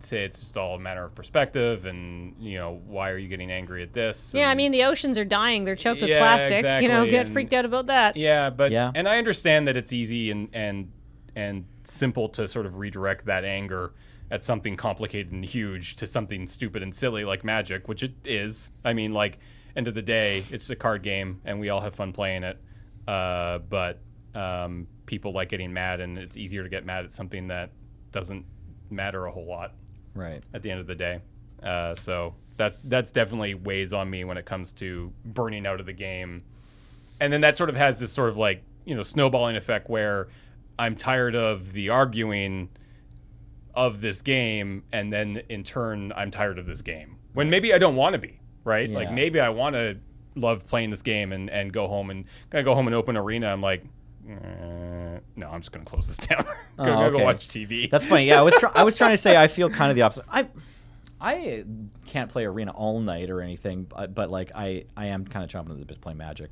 [SPEAKER 1] say it's just all a matter of perspective, and you know why are you getting angry at this?
[SPEAKER 2] Yeah, I
[SPEAKER 1] and-
[SPEAKER 2] mean the oceans are dying; they're choked with
[SPEAKER 1] Yeah,
[SPEAKER 2] plastic. You know,
[SPEAKER 1] exactly,
[SPEAKER 2] get
[SPEAKER 1] and-
[SPEAKER 2] freaked out about that.
[SPEAKER 1] yeah, but
[SPEAKER 3] Yeah.
[SPEAKER 1] and I understand that it's easy and and and simple to sort of redirect that anger at something complicated and huge to something stupid and silly like magic, which it is. I mean, like end of the day, it's a card game, and we all have fun playing it. Uh, but um, people like getting mad, and it's easier to get mad at something that doesn't matter a whole lot
[SPEAKER 3] right
[SPEAKER 1] at the end of the day. Uh, so that's that's definitely weighs on me when it comes to burning out of the game, and then that sort of has this sort of like you know snowballing effect where I'm tired of the arguing of this game, and then in turn I'm tired of this game when maybe I don't want to be right. Like
[SPEAKER 3] Yeah.
[SPEAKER 1] maybe I want to love playing this game and and go home and I go home and open arena. I'm like. "Eh, no, I'm just gonna close this down. go,
[SPEAKER 3] Oh,
[SPEAKER 1] go,
[SPEAKER 3] okay.
[SPEAKER 1] go watch TV.
[SPEAKER 3] That's funny. Yeah, I was try- I was trying to say I feel kind of the opposite. I I can't play arena all night or anything, but, but like I I am kind of chomping at the bit to play Magic.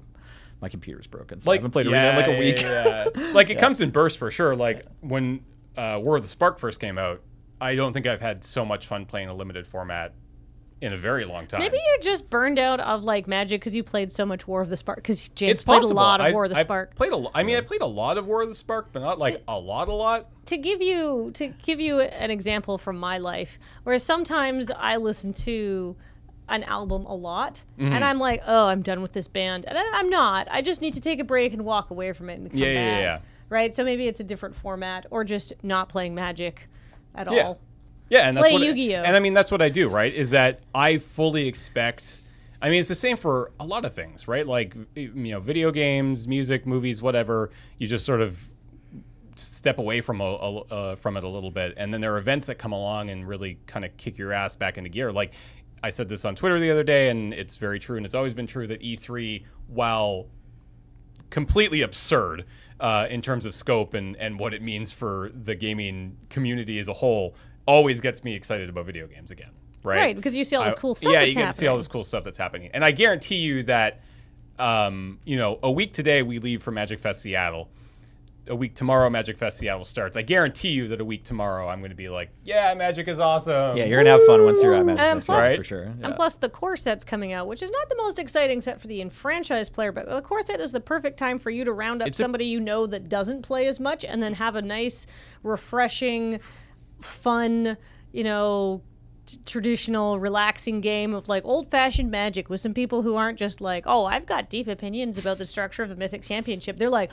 [SPEAKER 3] My computer's broken, so I haven't played arena in like a
[SPEAKER 1] yeah,
[SPEAKER 3] week.
[SPEAKER 1] yeah, yeah. like it comes in bursts for sure. Like when uh, War of the Spark first came out, I don't think I've had so much fun playing a limited format in a very long time.
[SPEAKER 2] Maybe you're just burned out of like magic because you played so much War of the Spark. Because James
[SPEAKER 1] it's
[SPEAKER 2] played
[SPEAKER 1] possible.
[SPEAKER 2] a lot of
[SPEAKER 1] I-
[SPEAKER 2] War of the
[SPEAKER 1] I
[SPEAKER 2] Spark.
[SPEAKER 1] Played a lo- I mean, I played a lot of War of the Spark, but not like a lot, a lot.
[SPEAKER 2] to give you to give you an example from my life, where sometimes I listen to an album a lot,
[SPEAKER 1] Mm-hmm.
[SPEAKER 2] and I'm like, oh, I'm done with this band, and I, I'm not. I just need to take a break and walk away from it and come
[SPEAKER 1] Yeah, yeah,
[SPEAKER 2] back.
[SPEAKER 1] yeah.
[SPEAKER 2] Right. So maybe it's a different format, or just not playing Magic at
[SPEAKER 1] Yeah.
[SPEAKER 2] all.
[SPEAKER 1] Yeah, and
[SPEAKER 2] Play
[SPEAKER 1] that's what
[SPEAKER 2] Yu-Gi-Oh.
[SPEAKER 1] and I mean that's what I do, right? Is that I fully expect. I mean, it's the same for a lot of things, right? Like you know, video games, music, movies, whatever. You just sort of step away from a, a, uh, from it a little bit, and then there are events that come along and really kind of kick your ass back into gear. Like I said this on Twitter the other day, and it's very true, and it's always been true that E3, while completely absurd uh, in terms of scope and, and what it means for the gaming community as a whole always gets me excited about video games again. Right?
[SPEAKER 2] Right, because you see all this
[SPEAKER 1] I-
[SPEAKER 2] cool stuff
[SPEAKER 1] Yeah,
[SPEAKER 2] that's
[SPEAKER 1] you get to see all
[SPEAKER 2] happening.
[SPEAKER 1] this cool stuff that's happening. And I guarantee you that, um, you know, a week today we leave for Magic Fest Seattle. A week tomorrow, Magic Fest Seattle starts. I guarantee you that a week tomorrow I'm going to be like, yeah, Magic is awesome.
[SPEAKER 3] Yeah, you're gonna have fun once you're at Magic
[SPEAKER 2] And
[SPEAKER 3] Fest,
[SPEAKER 2] plus-
[SPEAKER 3] right?
[SPEAKER 1] Right.
[SPEAKER 3] For sure.
[SPEAKER 2] And
[SPEAKER 3] Yeah.
[SPEAKER 2] plus, the core set's coming out, which is not the most exciting set for the enfranchised player, but the core set is the perfect time for you to round up
[SPEAKER 1] It's a-
[SPEAKER 2] somebody you know that doesn't play as much and then have a nice, refreshing, fun, you know, t- traditional, relaxing game of like old fashioned magic with some people who aren't just like, oh, I've got deep opinions about the structure of the Mythic Championship. They're like,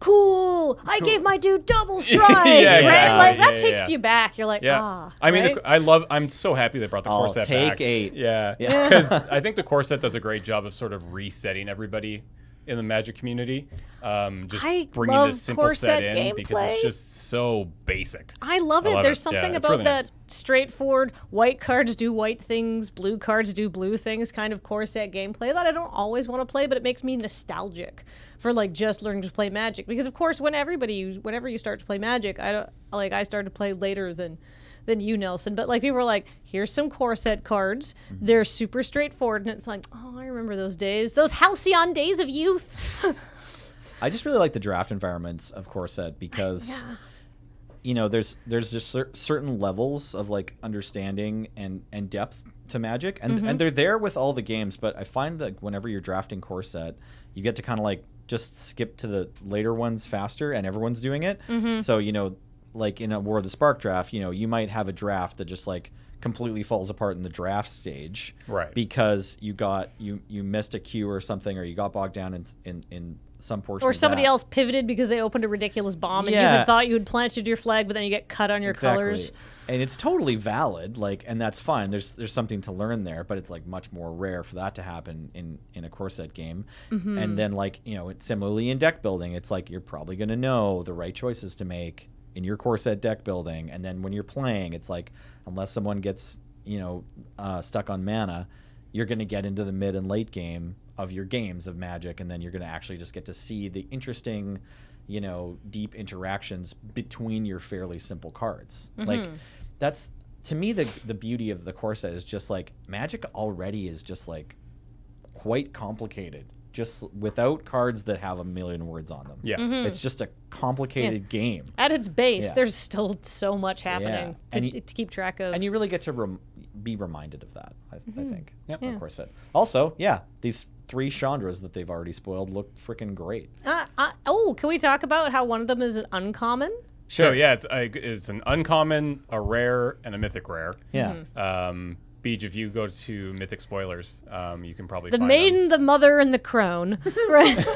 [SPEAKER 2] cool, I gave my dude double strike.
[SPEAKER 1] Yeah,
[SPEAKER 2] right?
[SPEAKER 1] exactly.
[SPEAKER 2] Like, that
[SPEAKER 1] Yeah,
[SPEAKER 2] takes
[SPEAKER 1] yeah.
[SPEAKER 2] you back. You're like,
[SPEAKER 1] Yeah,
[SPEAKER 2] ah.
[SPEAKER 1] I mean,
[SPEAKER 2] right?
[SPEAKER 1] the, I love. I'm so happy they brought the
[SPEAKER 3] I'll
[SPEAKER 1] corset
[SPEAKER 3] Oh, take
[SPEAKER 1] back.
[SPEAKER 3] eight.
[SPEAKER 1] Yeah,
[SPEAKER 3] Yeah.
[SPEAKER 1] because I think the corset does a great job of sort of resetting everybody in the Magic community. Um, just
[SPEAKER 2] I
[SPEAKER 1] bringing
[SPEAKER 2] love
[SPEAKER 1] this simple
[SPEAKER 2] core
[SPEAKER 1] set
[SPEAKER 2] set
[SPEAKER 1] in because
[SPEAKER 2] gameplay. Ah,
[SPEAKER 1] it's just so basic.
[SPEAKER 2] I love
[SPEAKER 1] I
[SPEAKER 2] it.
[SPEAKER 1] love
[SPEAKER 2] There's
[SPEAKER 1] it.
[SPEAKER 2] something
[SPEAKER 1] Yeah, it's
[SPEAKER 2] about
[SPEAKER 1] really
[SPEAKER 2] that
[SPEAKER 1] nice.
[SPEAKER 2] straightforward white cards do white things, blue cards do blue things kind of core set gameplay that I don't always want to play, but it makes me nostalgic for like just learning to play Magic. Because of course, when everybody you whenever you start to play Magic, I don't like I started to play later than than you, Nelson. But like people were like, here's some core set cards.
[SPEAKER 1] Mm-hmm.
[SPEAKER 2] They're super straightforward, and it's like, oh, I remember those days, those halcyon days of youth.
[SPEAKER 3] I just really like the draft environments of Corset because you know there's there's just cer- certain levels of like understanding and and depth to magic and and they're there with all the games but I find that whenever you're drafting Corset you get to kind of like just skip to the later ones faster and everyone's doing it so you know like in a War of the Spark draft you know you might have a draft that just like completely falls apart in the draft stage
[SPEAKER 1] Right.
[SPEAKER 3] because you got you you missed a cue or something or you got bogged down in in, in some portion
[SPEAKER 2] Or
[SPEAKER 3] of
[SPEAKER 2] somebody
[SPEAKER 3] that.
[SPEAKER 2] else pivoted because they opened a ridiculous bomb and you
[SPEAKER 3] Yeah.
[SPEAKER 2] had thought you had planted your flag, but then you get cut on your colors.
[SPEAKER 3] And it's totally valid, like, and that's fine. There's there's something to learn there, but it's like much more rare for that to happen in in a corset game.
[SPEAKER 2] Mm-hmm.
[SPEAKER 3] And then like you know, it's similarly in deck building, it's like you're probably going to know the right choices to make in your corset deck building. And then when you're playing, it's like unless someone gets you know uh, stuck on mana, you're going to get into the mid and late game of your games of Magic, and then you're going to actually just get to see the interesting, you know, deep interactions between your fairly simple cards. Like that's to me the the beauty of the core set is just like Magic already is just like quite complicated, just without cards that have a million words on them.
[SPEAKER 2] mm-hmm.
[SPEAKER 1] Yeah.
[SPEAKER 3] it's just a complicated game.
[SPEAKER 2] At its base,
[SPEAKER 3] Yeah.
[SPEAKER 2] there's still so much happening
[SPEAKER 3] And
[SPEAKER 2] to,
[SPEAKER 3] you-
[SPEAKER 2] to keep track of.
[SPEAKER 3] and you really get to rem- be reminded of that. I,
[SPEAKER 2] Mm-hmm.
[SPEAKER 3] I think.
[SPEAKER 1] Yeah.
[SPEAKER 3] Of course. It. Also, yeah, these three Chandras that they've already spoiled look freaking great.
[SPEAKER 2] Uh, uh, oh, can we talk about how one of them is an uncommon?
[SPEAKER 1] So yeah, it's a, it's an uncommon, a rare, and a mythic rare.
[SPEAKER 3] Yeah.
[SPEAKER 2] Mm-hmm.
[SPEAKER 1] Um, Beej, if you go to Mythic spoilers, um, you can probably
[SPEAKER 2] The
[SPEAKER 1] find
[SPEAKER 2] maiden,
[SPEAKER 1] them.
[SPEAKER 2] the mother, and the crone. right.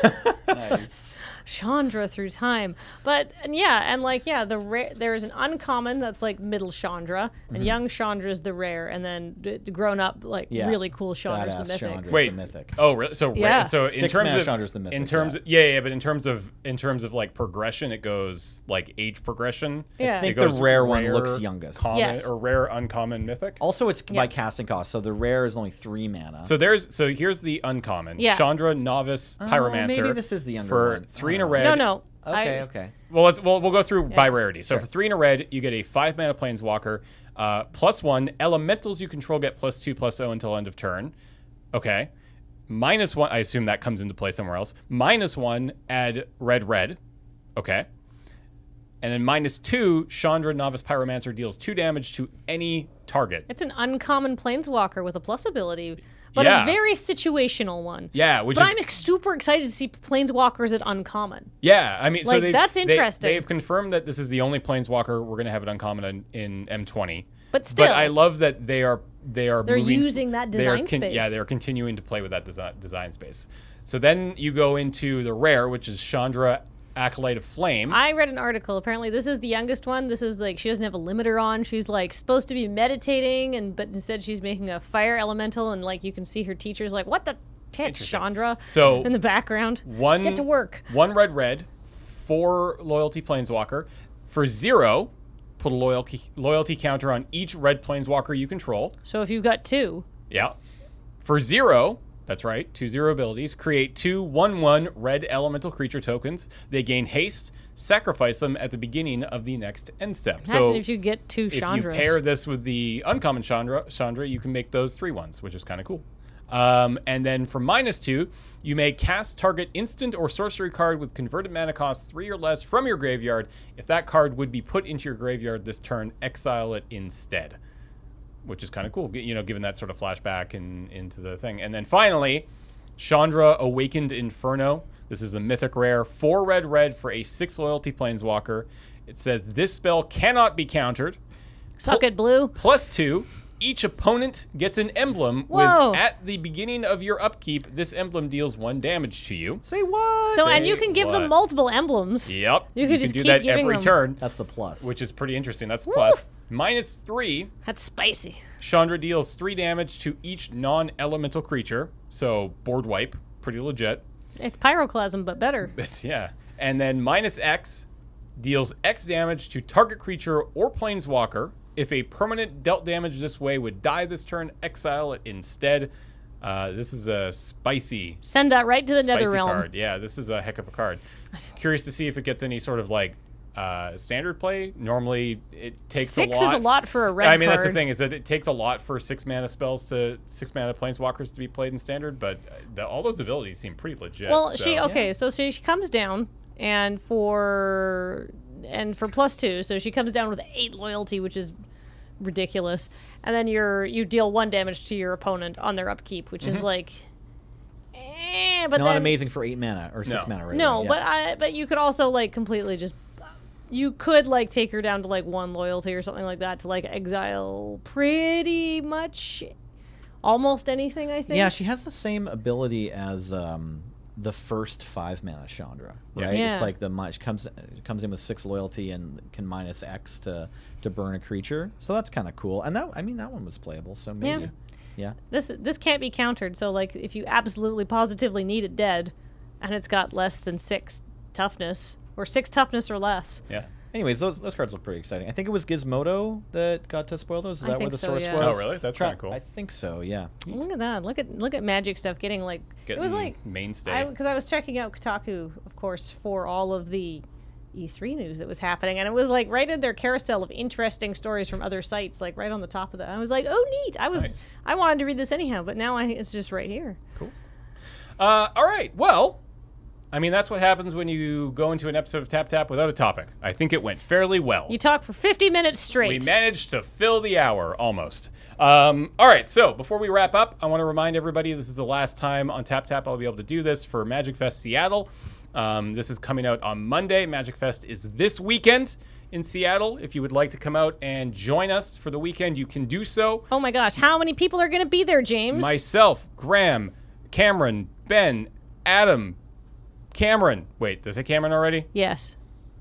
[SPEAKER 2] Chandra through time. But and yeah, and like yeah, the rare there is an uncommon that's like middle Chandra,
[SPEAKER 3] Mm-hmm.
[SPEAKER 2] and young Chandra is the rare, and then d- d- grown up like
[SPEAKER 3] Yeah.
[SPEAKER 2] really cool Chandra's the
[SPEAKER 3] Badass
[SPEAKER 2] mythic.
[SPEAKER 3] Chandra.
[SPEAKER 1] Wait,
[SPEAKER 3] the mythic.
[SPEAKER 1] Oh, really? So, ra-
[SPEAKER 2] Yeah.
[SPEAKER 1] so in
[SPEAKER 3] Six
[SPEAKER 1] terms
[SPEAKER 3] Smash
[SPEAKER 1] of
[SPEAKER 3] Hunter's the mythic,
[SPEAKER 1] in terms,
[SPEAKER 3] yeah.
[SPEAKER 1] of, yeah, yeah, but in terms of in terms of like progression, it goes like age progression.
[SPEAKER 2] Yeah. I think
[SPEAKER 1] It goes
[SPEAKER 3] the rare one looks youngest.
[SPEAKER 1] common-
[SPEAKER 2] Yes.
[SPEAKER 1] or rare uncommon mythic.
[SPEAKER 3] Also, it's
[SPEAKER 2] Yeah.
[SPEAKER 3] by casting cost, so the rare is only three mana.
[SPEAKER 1] So there's so here's the uncommon
[SPEAKER 2] Yeah.
[SPEAKER 1] Chandra Novice Pyromancer.
[SPEAKER 3] Oh, maybe this is the younger
[SPEAKER 1] for
[SPEAKER 3] one. Oh.
[SPEAKER 1] three in
[SPEAKER 3] I
[SPEAKER 1] a
[SPEAKER 3] don't
[SPEAKER 1] red.
[SPEAKER 2] No, no.
[SPEAKER 3] okay,
[SPEAKER 2] I,
[SPEAKER 3] okay.
[SPEAKER 1] Well, let's well we'll go through by rarity. So for three in a red, you get a five mana planeswalker, uh, plus one. Elementals you control get plus two plus zero until end of turn. Okay, minus one. I assume that comes into play somewhere else. Minus one. Add red red. Okay. And then minus two, Chandra Novice Pyromancer deals two damage to any target.
[SPEAKER 2] It's an uncommon planeswalker with a plus ability, but a
[SPEAKER 1] Yeah.
[SPEAKER 2] very situational one.
[SPEAKER 1] yeah, which
[SPEAKER 2] but
[SPEAKER 1] is
[SPEAKER 2] I'm ex- super excited to see planeswalkers at uncommon.
[SPEAKER 1] Yeah, I mean, so
[SPEAKER 2] Like,
[SPEAKER 1] they've-
[SPEAKER 2] that's
[SPEAKER 1] they-
[SPEAKER 2] interesting.
[SPEAKER 1] They've confirmed that this is the only planeswalker we're going to have it uncommon in, in M20.
[SPEAKER 2] But still.
[SPEAKER 1] but I love that they are they are
[SPEAKER 2] They're
[SPEAKER 1] moving-
[SPEAKER 2] using that
[SPEAKER 1] they are
[SPEAKER 2] design space.
[SPEAKER 1] Yeah, they're continuing to play with that design design space. So then you go into the rare, which is Chandra Acolyte of Flame.
[SPEAKER 2] I read an article. Apparently, this is the youngest one. This is like she doesn't have a limiter on. She's like supposed to be meditating, and but instead she's making a fire elemental, and like you can see her teacher's like, "What the." Ted Chandra
[SPEAKER 1] So-
[SPEAKER 2] in the background.
[SPEAKER 1] one
[SPEAKER 2] get to work.
[SPEAKER 1] One red red, four loyalty planeswalker. For zero, put a loyalty loyalty counter on each red planeswalker you control.
[SPEAKER 2] So if you've got two,
[SPEAKER 1] Yeah. For zero, that's right, two zero abilities, create two one one red elemental creature tokens. They gain haste, sacrifice them at the beginning of the next end step.
[SPEAKER 2] imagine
[SPEAKER 1] so
[SPEAKER 2] if you get two
[SPEAKER 1] if
[SPEAKER 2] Chandras.
[SPEAKER 1] you pair this with the uncommon Chandra, Chandra, you can make those three ones, which is kind of cool. Um, and then for minus two, you may cast target instant or sorcery card with converted mana cost three or less from your graveyard. If that card would be put into your graveyard this turn, exile it instead, which is kind of cool. g- You know, given that sort of flashback and into the thing. And then finally, Chandra Awakened Inferno. This is the mythic rare, four red red for a six loyalty planeswalker. It says this spell cannot be countered
[SPEAKER 2] Suck it, Blue.
[SPEAKER 1] plus two. Each opponent gets an emblem
[SPEAKER 2] Whoa.
[SPEAKER 1] with at the beginning of your upkeep, this emblem deals one damage to you.
[SPEAKER 3] Say what?
[SPEAKER 2] So and
[SPEAKER 1] Say
[SPEAKER 2] you can give
[SPEAKER 1] what?
[SPEAKER 2] them multiple emblems.
[SPEAKER 1] Yep.
[SPEAKER 2] You could just
[SPEAKER 1] can do
[SPEAKER 2] keep
[SPEAKER 1] that
[SPEAKER 2] giving
[SPEAKER 1] every
[SPEAKER 2] them.
[SPEAKER 1] turn,
[SPEAKER 3] That's the plus.
[SPEAKER 1] which is pretty interesting. That's plus. Minus three,
[SPEAKER 2] That's spicy.
[SPEAKER 1] Chandra deals three damage to each non elemental creature. So board wipe, pretty legit.
[SPEAKER 2] It's pyroclasm, but better.
[SPEAKER 1] It's, yeah. And then minus X deals X damage to target creature or planeswalker. If a permanent dealt damage this way would die this turn, exile it instead. Uh, this is a spicy,
[SPEAKER 2] Send that right to the
[SPEAKER 1] spicy
[SPEAKER 2] nether realm.
[SPEAKER 1] card. Yeah, this is a heck of a card. Curious to see if it gets any sort of like uh, standard play. Normally, it takes
[SPEAKER 2] Six
[SPEAKER 1] a lot.
[SPEAKER 2] is a lot for a red
[SPEAKER 1] I mean, that's the
[SPEAKER 2] card.
[SPEAKER 1] thing is that it takes a lot for six mana spells to six mana planeswalkers to be played in standard, but uh, the, all those abilities seem pretty legit.
[SPEAKER 2] Well,
[SPEAKER 1] so-
[SPEAKER 2] she okay. So she, she comes down, and for and for plus two, so she comes down with eight loyalty, which is ridiculous. And then you're you deal one damage to your opponent on their upkeep, which is like, eh, but
[SPEAKER 3] Mm-hmm. Not
[SPEAKER 2] then,
[SPEAKER 3] amazing for eight mana or six
[SPEAKER 1] No.
[SPEAKER 3] mana. Right
[SPEAKER 2] No,
[SPEAKER 3] yeah.
[SPEAKER 2] but I but you could also like completely just. You could like take her down to like one loyalty or something like that to like exile pretty much almost anything I think.
[SPEAKER 3] yeah, she has the same ability as um, the first five mana Chandra, right?
[SPEAKER 2] Yeah.
[SPEAKER 3] It's like the mi- she comes comes in with six loyalty and can minus X to to burn a creature. So that's kind of cool. And that I mean that one was playable. So maybe, yeah.
[SPEAKER 2] this this can't be countered. So like if you absolutely positively need it dead, and it's got less than six toughness or six toughness or less.
[SPEAKER 1] Yeah.
[SPEAKER 3] Anyways, those, those cards look pretty exciting. I think it was Gizmodo that got to spoil those. Is
[SPEAKER 2] I
[SPEAKER 3] that where
[SPEAKER 2] think
[SPEAKER 3] the
[SPEAKER 2] so,
[SPEAKER 3] source
[SPEAKER 2] yeah.
[SPEAKER 3] was?
[SPEAKER 1] Oh, really? That's
[SPEAKER 3] Try-
[SPEAKER 1] kinda cool.
[SPEAKER 3] I think so. Yeah.
[SPEAKER 2] Look at that! Look at look at magic stuff getting like it was like
[SPEAKER 1] mainstay.
[SPEAKER 2] I because I was checking out Kotaku of course for all of the E3 news that was happening, and it was like right in their carousel of interesting stories from other sites, like right on the top of that. I was like, oh neat! I was
[SPEAKER 1] Nice.
[SPEAKER 2] I wanted to read this anyhow, but now I it's just right here.
[SPEAKER 1] uh, all right. Well, I mean, that's what happens when you go into an episode of Tap Tap without a topic. I think it went fairly well.
[SPEAKER 2] You talk for 50 minutes straight.
[SPEAKER 1] We managed to fill the hour almost. Um, all right, so before we wrap up, I want to remind everybody this is the last time on Tap Tap I'll be able to do this for Magic Fest Seattle. Um, this is coming out on Monday. Magic Fest is this weekend in Seattle. If you would like to come out and join us for the weekend, you can do so.
[SPEAKER 2] oh my gosh, how many people are going to be there, James?
[SPEAKER 1] myself, Graham, Cameron, Ben, Adam, Cameron. Wait, did I say Cameron already?
[SPEAKER 2] yes.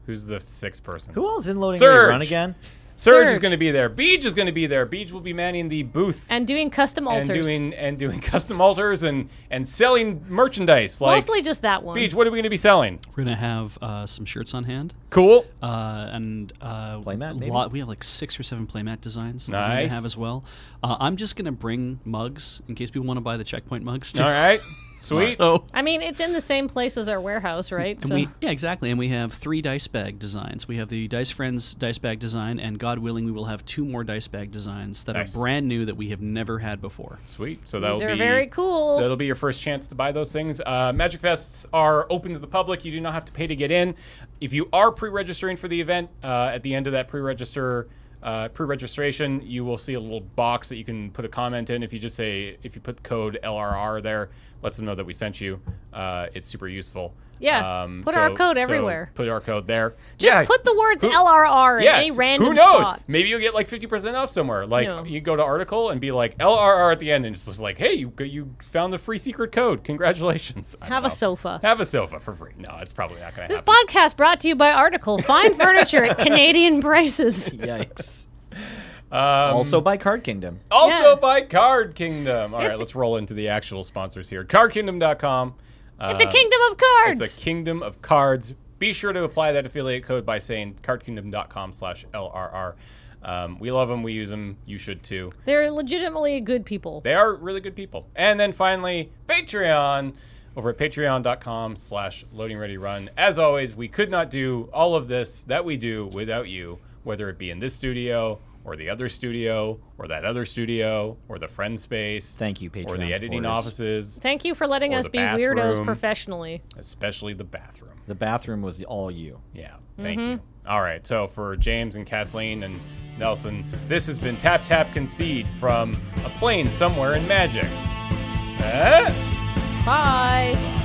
[SPEAKER 1] Who's the sixth person?
[SPEAKER 3] Who else in loading
[SPEAKER 1] Surge.
[SPEAKER 3] run again?
[SPEAKER 1] Surge, is
[SPEAKER 2] Surge.
[SPEAKER 1] going to be there. Beej is going to be there. Beej will be manning the booth
[SPEAKER 2] and doing custom
[SPEAKER 1] and
[SPEAKER 2] altars.
[SPEAKER 1] doing and doing custom altars and and selling merchandise. Like
[SPEAKER 2] mostly just that one.
[SPEAKER 1] Beej, what are we going to be selling?
[SPEAKER 4] We're gonna have uh, some shirts on hand.
[SPEAKER 1] Cool.
[SPEAKER 4] Uh, and uh,
[SPEAKER 3] Playmat,
[SPEAKER 4] a
[SPEAKER 3] maybe?
[SPEAKER 4] lot. We have like six or seven playmat designs that we're
[SPEAKER 1] Nice.
[SPEAKER 4] gonna have as well. Uh, I'm just gonna bring mugs in case people want to buy the checkpoint mugs. Too.
[SPEAKER 1] All right. Sweet.
[SPEAKER 4] So
[SPEAKER 2] I mean, it's in the same place as our warehouse, right?
[SPEAKER 4] And we, yeah, exactly. And we have three dice bag designs. We have the Dice Friends dice bag design, and God willing, we will have two more dice bag designs that
[SPEAKER 1] Nice.
[SPEAKER 4] are brand new that we have never had before.
[SPEAKER 1] Sweet. So that'll
[SPEAKER 2] these are
[SPEAKER 1] be
[SPEAKER 2] very cool.
[SPEAKER 1] That'll be your first chance to buy those things. Uh, Magic Fests are open to the public. You do not have to pay to get in. If you are pre-registering for the event, uh, at the end of that pre-register. Uh, pre-registration, you will see a little box that you can put a comment in. If you just say, if you put code LRR there, lets them know that we sent you. Uh, it's super useful. Um,
[SPEAKER 2] Yeah. Put our code everywhere.
[SPEAKER 1] Put our code there.
[SPEAKER 2] Just
[SPEAKER 1] Yeah.
[SPEAKER 2] put the words
[SPEAKER 1] Who-
[SPEAKER 2] LRR in
[SPEAKER 1] yeah,
[SPEAKER 2] any
[SPEAKER 1] it's-
[SPEAKER 2] random
[SPEAKER 1] Who knows?
[SPEAKER 2] spot.
[SPEAKER 1] Maybe you get like fifty percent off somewhere. Like
[SPEAKER 2] No.
[SPEAKER 1] you go to article and be like LRR at the end, and it's just like, hey, you you found the free secret code. Congratulations. I don't
[SPEAKER 2] Have a
[SPEAKER 1] know.
[SPEAKER 2] sofa.
[SPEAKER 1] Have a sofa for free. No, it's probably not gonna
[SPEAKER 2] This
[SPEAKER 1] happen.
[SPEAKER 2] podcast brought to you by Article. Fine furniture at Canadian prices.
[SPEAKER 3] Yikes.
[SPEAKER 1] Um,
[SPEAKER 3] also by Card Kingdom.
[SPEAKER 1] also
[SPEAKER 2] Yeah.
[SPEAKER 1] by Card Kingdom. All right,
[SPEAKER 2] It's-
[SPEAKER 1] let's roll into the actual sponsors here. CardKingdom.com.
[SPEAKER 2] It's a
[SPEAKER 1] Um,
[SPEAKER 2] kingdom of cards.
[SPEAKER 1] It's a kingdom of cards. be sure to apply that affiliate code by saying cardkingdom.com slash LRR. Um, we love them. We use them. You should too.
[SPEAKER 2] They're legitimately good people.
[SPEAKER 1] They are really good people. And then finally, Patreon over at patreon.com slash loading ready run. As always, we could not do all of this that we do without you, whether it be in this studio or the other studio or that other studio or the friend space.
[SPEAKER 3] Thank you,
[SPEAKER 1] Or
[SPEAKER 3] Patreon
[SPEAKER 1] the editing
[SPEAKER 3] supporters.
[SPEAKER 1] offices,
[SPEAKER 2] Thank you for letting
[SPEAKER 1] Or
[SPEAKER 2] us
[SPEAKER 1] the
[SPEAKER 2] be weirdos
[SPEAKER 1] bathroom.
[SPEAKER 2] professionally.
[SPEAKER 1] especially the bathroom.
[SPEAKER 3] The bathroom was all you.
[SPEAKER 1] Yeah. Thank you. All right. So for James and Kathleen and Nelson, this has been Tap Tap Concede from a plane somewhere in Magic. Eh?
[SPEAKER 2] Bye.